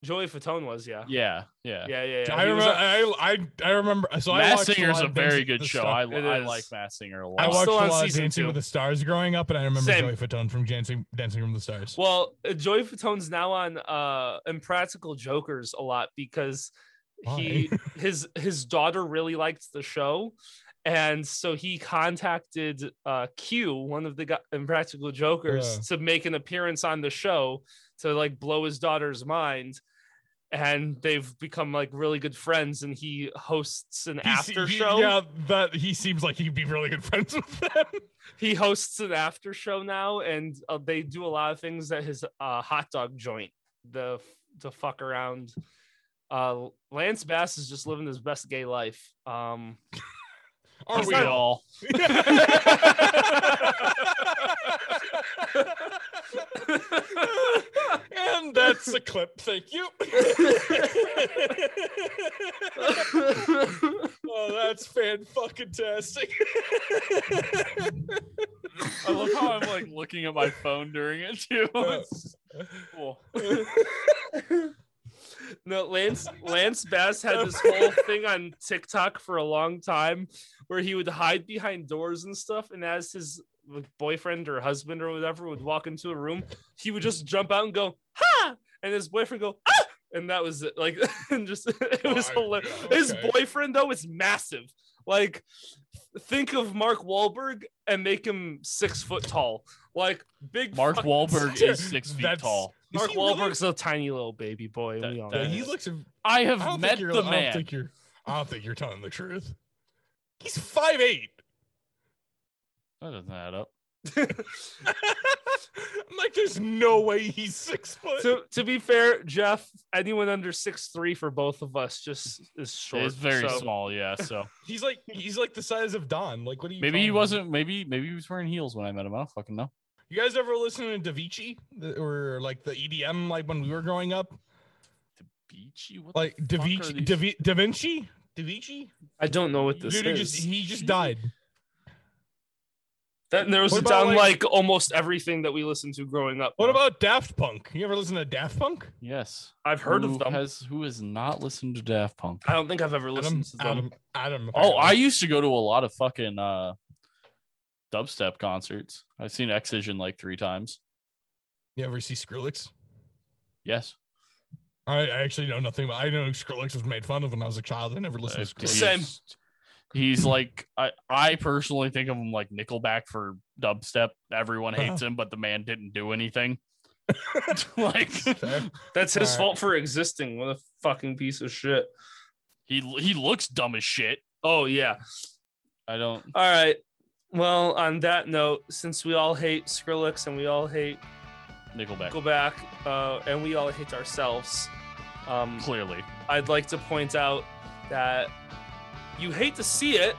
Speaker 1: Joey Fatone was yeah
Speaker 3: Yeah, yeah.
Speaker 1: yeah yeah. yeah.
Speaker 2: I
Speaker 1: He was
Speaker 2: remember.
Speaker 1: a-
Speaker 2: I, I I remember. So I
Speaker 3: Mass
Speaker 2: watched
Speaker 3: Singer is
Speaker 2: lot
Speaker 3: a
Speaker 2: of
Speaker 3: very
Speaker 2: Dancing with
Speaker 3: good
Speaker 2: the
Speaker 3: show. I,
Speaker 2: Stars.
Speaker 1: It
Speaker 3: I
Speaker 1: is.
Speaker 3: like Mass Singer a
Speaker 2: I
Speaker 1: I'm
Speaker 3: lot.
Speaker 2: watched
Speaker 1: still
Speaker 2: a
Speaker 1: on
Speaker 2: lot of
Speaker 1: season
Speaker 2: Dancing
Speaker 1: two.
Speaker 2: with the Stars growing up, and I remember
Speaker 1: Same.
Speaker 2: Joey Fatone from Dancing Dancing with the Stars.
Speaker 1: Well, uh, Joey Fatone's now on uh Impractical Jokers a lot because he his his daughter really liked the show. And so he contacted uh, Q, one of the go- Impractical Jokers, to make an appearance on the show to like blow his daughter's mind. and they've become like really good friends. And he hosts an
Speaker 2: He se-
Speaker 1: after
Speaker 2: he-
Speaker 1: show.
Speaker 2: yeah, that he seems like he'd be really good friends with them.
Speaker 1: He hosts an after show now, and uh, they do a lot of things at his uh, hot dog joint. The the fuck around. Uh, Lance Bass is just living his best gay life. Um,
Speaker 2: Are
Speaker 1: he's
Speaker 2: we
Speaker 1: not-
Speaker 2: all? and that's a clip. Thank you. oh, that's fan fucking tastic.
Speaker 3: I love how I'm like looking at my phone during it too.
Speaker 2: Uh,
Speaker 3: It's cool.
Speaker 1: No, Lance Lance Bass had this whole thing on TikTok for a long time where he would hide behind doors and stuff, and as his like, boyfriend or husband or whatever would walk into a room, he would just jump out and go ha, and his boyfriend go ah, and that was it. Like, and just it was
Speaker 2: Wow,
Speaker 1: hilarious.
Speaker 2: yeah,
Speaker 1: His
Speaker 2: Oh, okay.
Speaker 1: boyfriend though is massive. Like, think of Mark Wahlberg and make him six foot tall. Like big
Speaker 3: Mark
Speaker 1: fuck-
Speaker 3: Wahlberg is six feet
Speaker 2: That's-
Speaker 3: tall.
Speaker 2: Is
Speaker 1: Mark
Speaker 2: he really?
Speaker 1: Wahlberg's a tiny little baby boy.
Speaker 3: That-
Speaker 1: we all
Speaker 3: that
Speaker 1: know.
Speaker 2: Yeah, he
Speaker 3: is.
Speaker 2: looks.
Speaker 3: I
Speaker 2: I don't
Speaker 3: have
Speaker 2: think
Speaker 3: met
Speaker 2: you're.
Speaker 3: the
Speaker 2: I don't
Speaker 3: man.
Speaker 2: think you're. I don't think you're telling the truth. He's five eight.
Speaker 3: That doesn't add up.
Speaker 2: I'm like, there's no way he's six foot.
Speaker 1: to, to be fair, Jeff, anyone under six three for both of us just is short.
Speaker 3: It's very
Speaker 1: so-
Speaker 3: small, yeah. So
Speaker 2: he's like, he's like the size of Don. Like, what do you?
Speaker 3: maybe he
Speaker 2: talking about?
Speaker 3: wasn't. Maybe maybe he was wearing heels when I met him. I don't fucking know.
Speaker 2: You guys ever listen to Davichi The- or like the EDM like when we were growing up?
Speaker 3: Beachy, what the
Speaker 2: Like
Speaker 3: fuck are
Speaker 2: Davichi,
Speaker 3: these-
Speaker 2: Da, da Vinci, Da Vinci.
Speaker 1: I don't know what
Speaker 2: Dude,
Speaker 1: this
Speaker 2: he
Speaker 1: is.
Speaker 2: just he just
Speaker 3: Shit.
Speaker 2: died.
Speaker 1: That- there was
Speaker 2: What
Speaker 1: it's
Speaker 2: about,
Speaker 1: on
Speaker 2: like-
Speaker 1: like almost everything that we listened to growing up.
Speaker 2: What
Speaker 1: now.
Speaker 2: about Daft Punk? You ever listen to Daft Punk?
Speaker 3: Yes,
Speaker 1: I've heard
Speaker 3: who
Speaker 1: of them.
Speaker 3: Has who has not listened to Daft Punk?
Speaker 1: I don't think I've ever
Speaker 2: Adam,
Speaker 1: listened to them.
Speaker 2: Adam, Adam.
Speaker 3: Oh, I
Speaker 2: apparently.
Speaker 3: used to go to a lot of fucking uh, dubstep concerts. I've seen Excision like three times.
Speaker 2: You ever see Skrillex?
Speaker 3: Yes,
Speaker 2: I, I actually know nothing. about I know Skrillex was made fun of when I was a child. I never listened
Speaker 3: Uh,
Speaker 2: to Skrillex.
Speaker 1: Same.
Speaker 3: he's- He's like I, I personally think of him like Nickelback for dubstep. Everyone hates him, but the man didn't do anything. like
Speaker 2: Fair.
Speaker 1: That's his
Speaker 2: Alright.
Speaker 1: fault for existing. What a fucking piece of shit.
Speaker 3: he he looks dumb as shit.
Speaker 1: Oh yeah.
Speaker 3: I don't.
Speaker 1: All right. Well, on that note, since we all hate Skrillex and we all hate
Speaker 3: Nickelback
Speaker 1: go back uh, and we all hate ourselves um,
Speaker 3: clearly.
Speaker 1: i'd like to point out that you hate to see it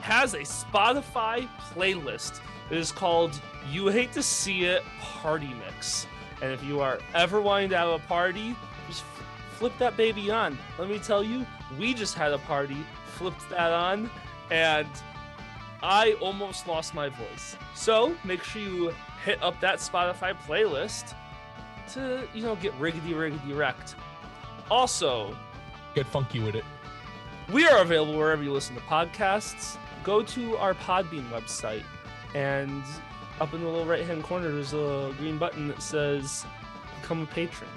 Speaker 1: has a spotify playlist it is called you hate to see it party mix and if you are ever wanting to have a party just f- flip that baby on let me tell you we just had a party flipped that on and i almost lost my voice so make sure you hit up that spotify playlist to you know get riggedy riggedy wrecked. Also,
Speaker 2: Get funky with it.
Speaker 1: we are available wherever you listen to podcasts. Go to our Podbean website, and up in the little right hand corner, there's a green button that says "Become a Patron."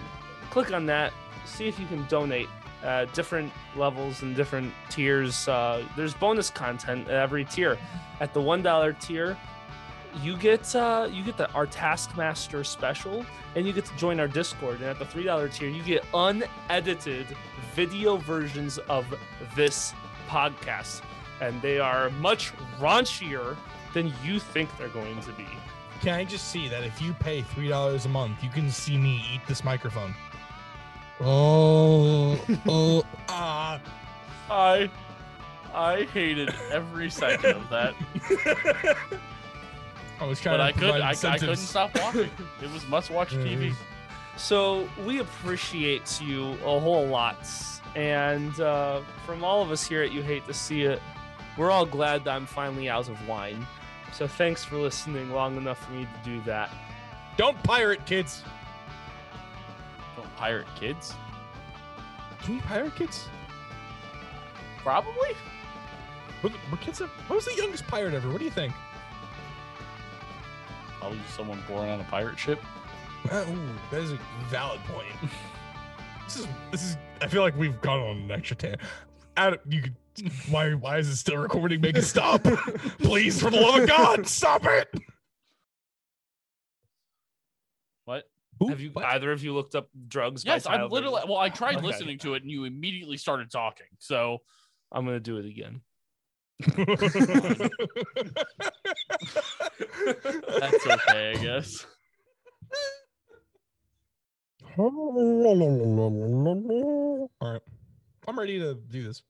Speaker 1: Click on that. See if you can donate. Uh, different levels and different tiers. Uh, there's bonus content at every tier. At the one dollar tier, you get uh, you get the our Taskmaster special, and you get to join our Discord. And at the three dollar tier, you get unedited video versions of this podcast, and they are much raunchier than you think they're going to be.
Speaker 2: Can I just see that if you pay three dollars a month, you can see me eat this microphone? Oh, oh, ah!
Speaker 3: I I hated every second of that,
Speaker 2: I was trying
Speaker 3: but
Speaker 2: to
Speaker 3: I could
Speaker 2: provide
Speaker 3: I, I couldn't
Speaker 2: incentives.
Speaker 3: stop watching. It was must watch TV.
Speaker 1: So we appreciate you a whole lot, and uh, from all of us here at You Hate to See It, we're all glad that I'm finally out of wine. So thanks for listening long enough for me to do that.
Speaker 2: Don't pirate kids.
Speaker 3: Don't pirate kids.
Speaker 2: Can we pirate kids?
Speaker 3: Probably.
Speaker 2: Were, were kids? What was the youngest pirate ever? What do you think?
Speaker 3: Probably someone born on a pirate ship.
Speaker 2: Uh, ooh, that is a valid point. this is this is. I feel like we've gone on an extra tan. Adam, you could. Why why is it still recording? Make it stop, please! For the love of God, stop it!
Speaker 3: What?
Speaker 2: Who-
Speaker 1: Have you
Speaker 2: what?
Speaker 1: either of you looked up drugs? by
Speaker 3: Yes, I'm
Speaker 1: Tyler
Speaker 3: literally.
Speaker 1: Bailey?
Speaker 3: Well, I tried
Speaker 1: Okay.
Speaker 3: listening to it, and you immediately started talking. So
Speaker 1: I'm gonna do it again.
Speaker 3: that's okay, I guess.
Speaker 2: All right. I'm ready to do this.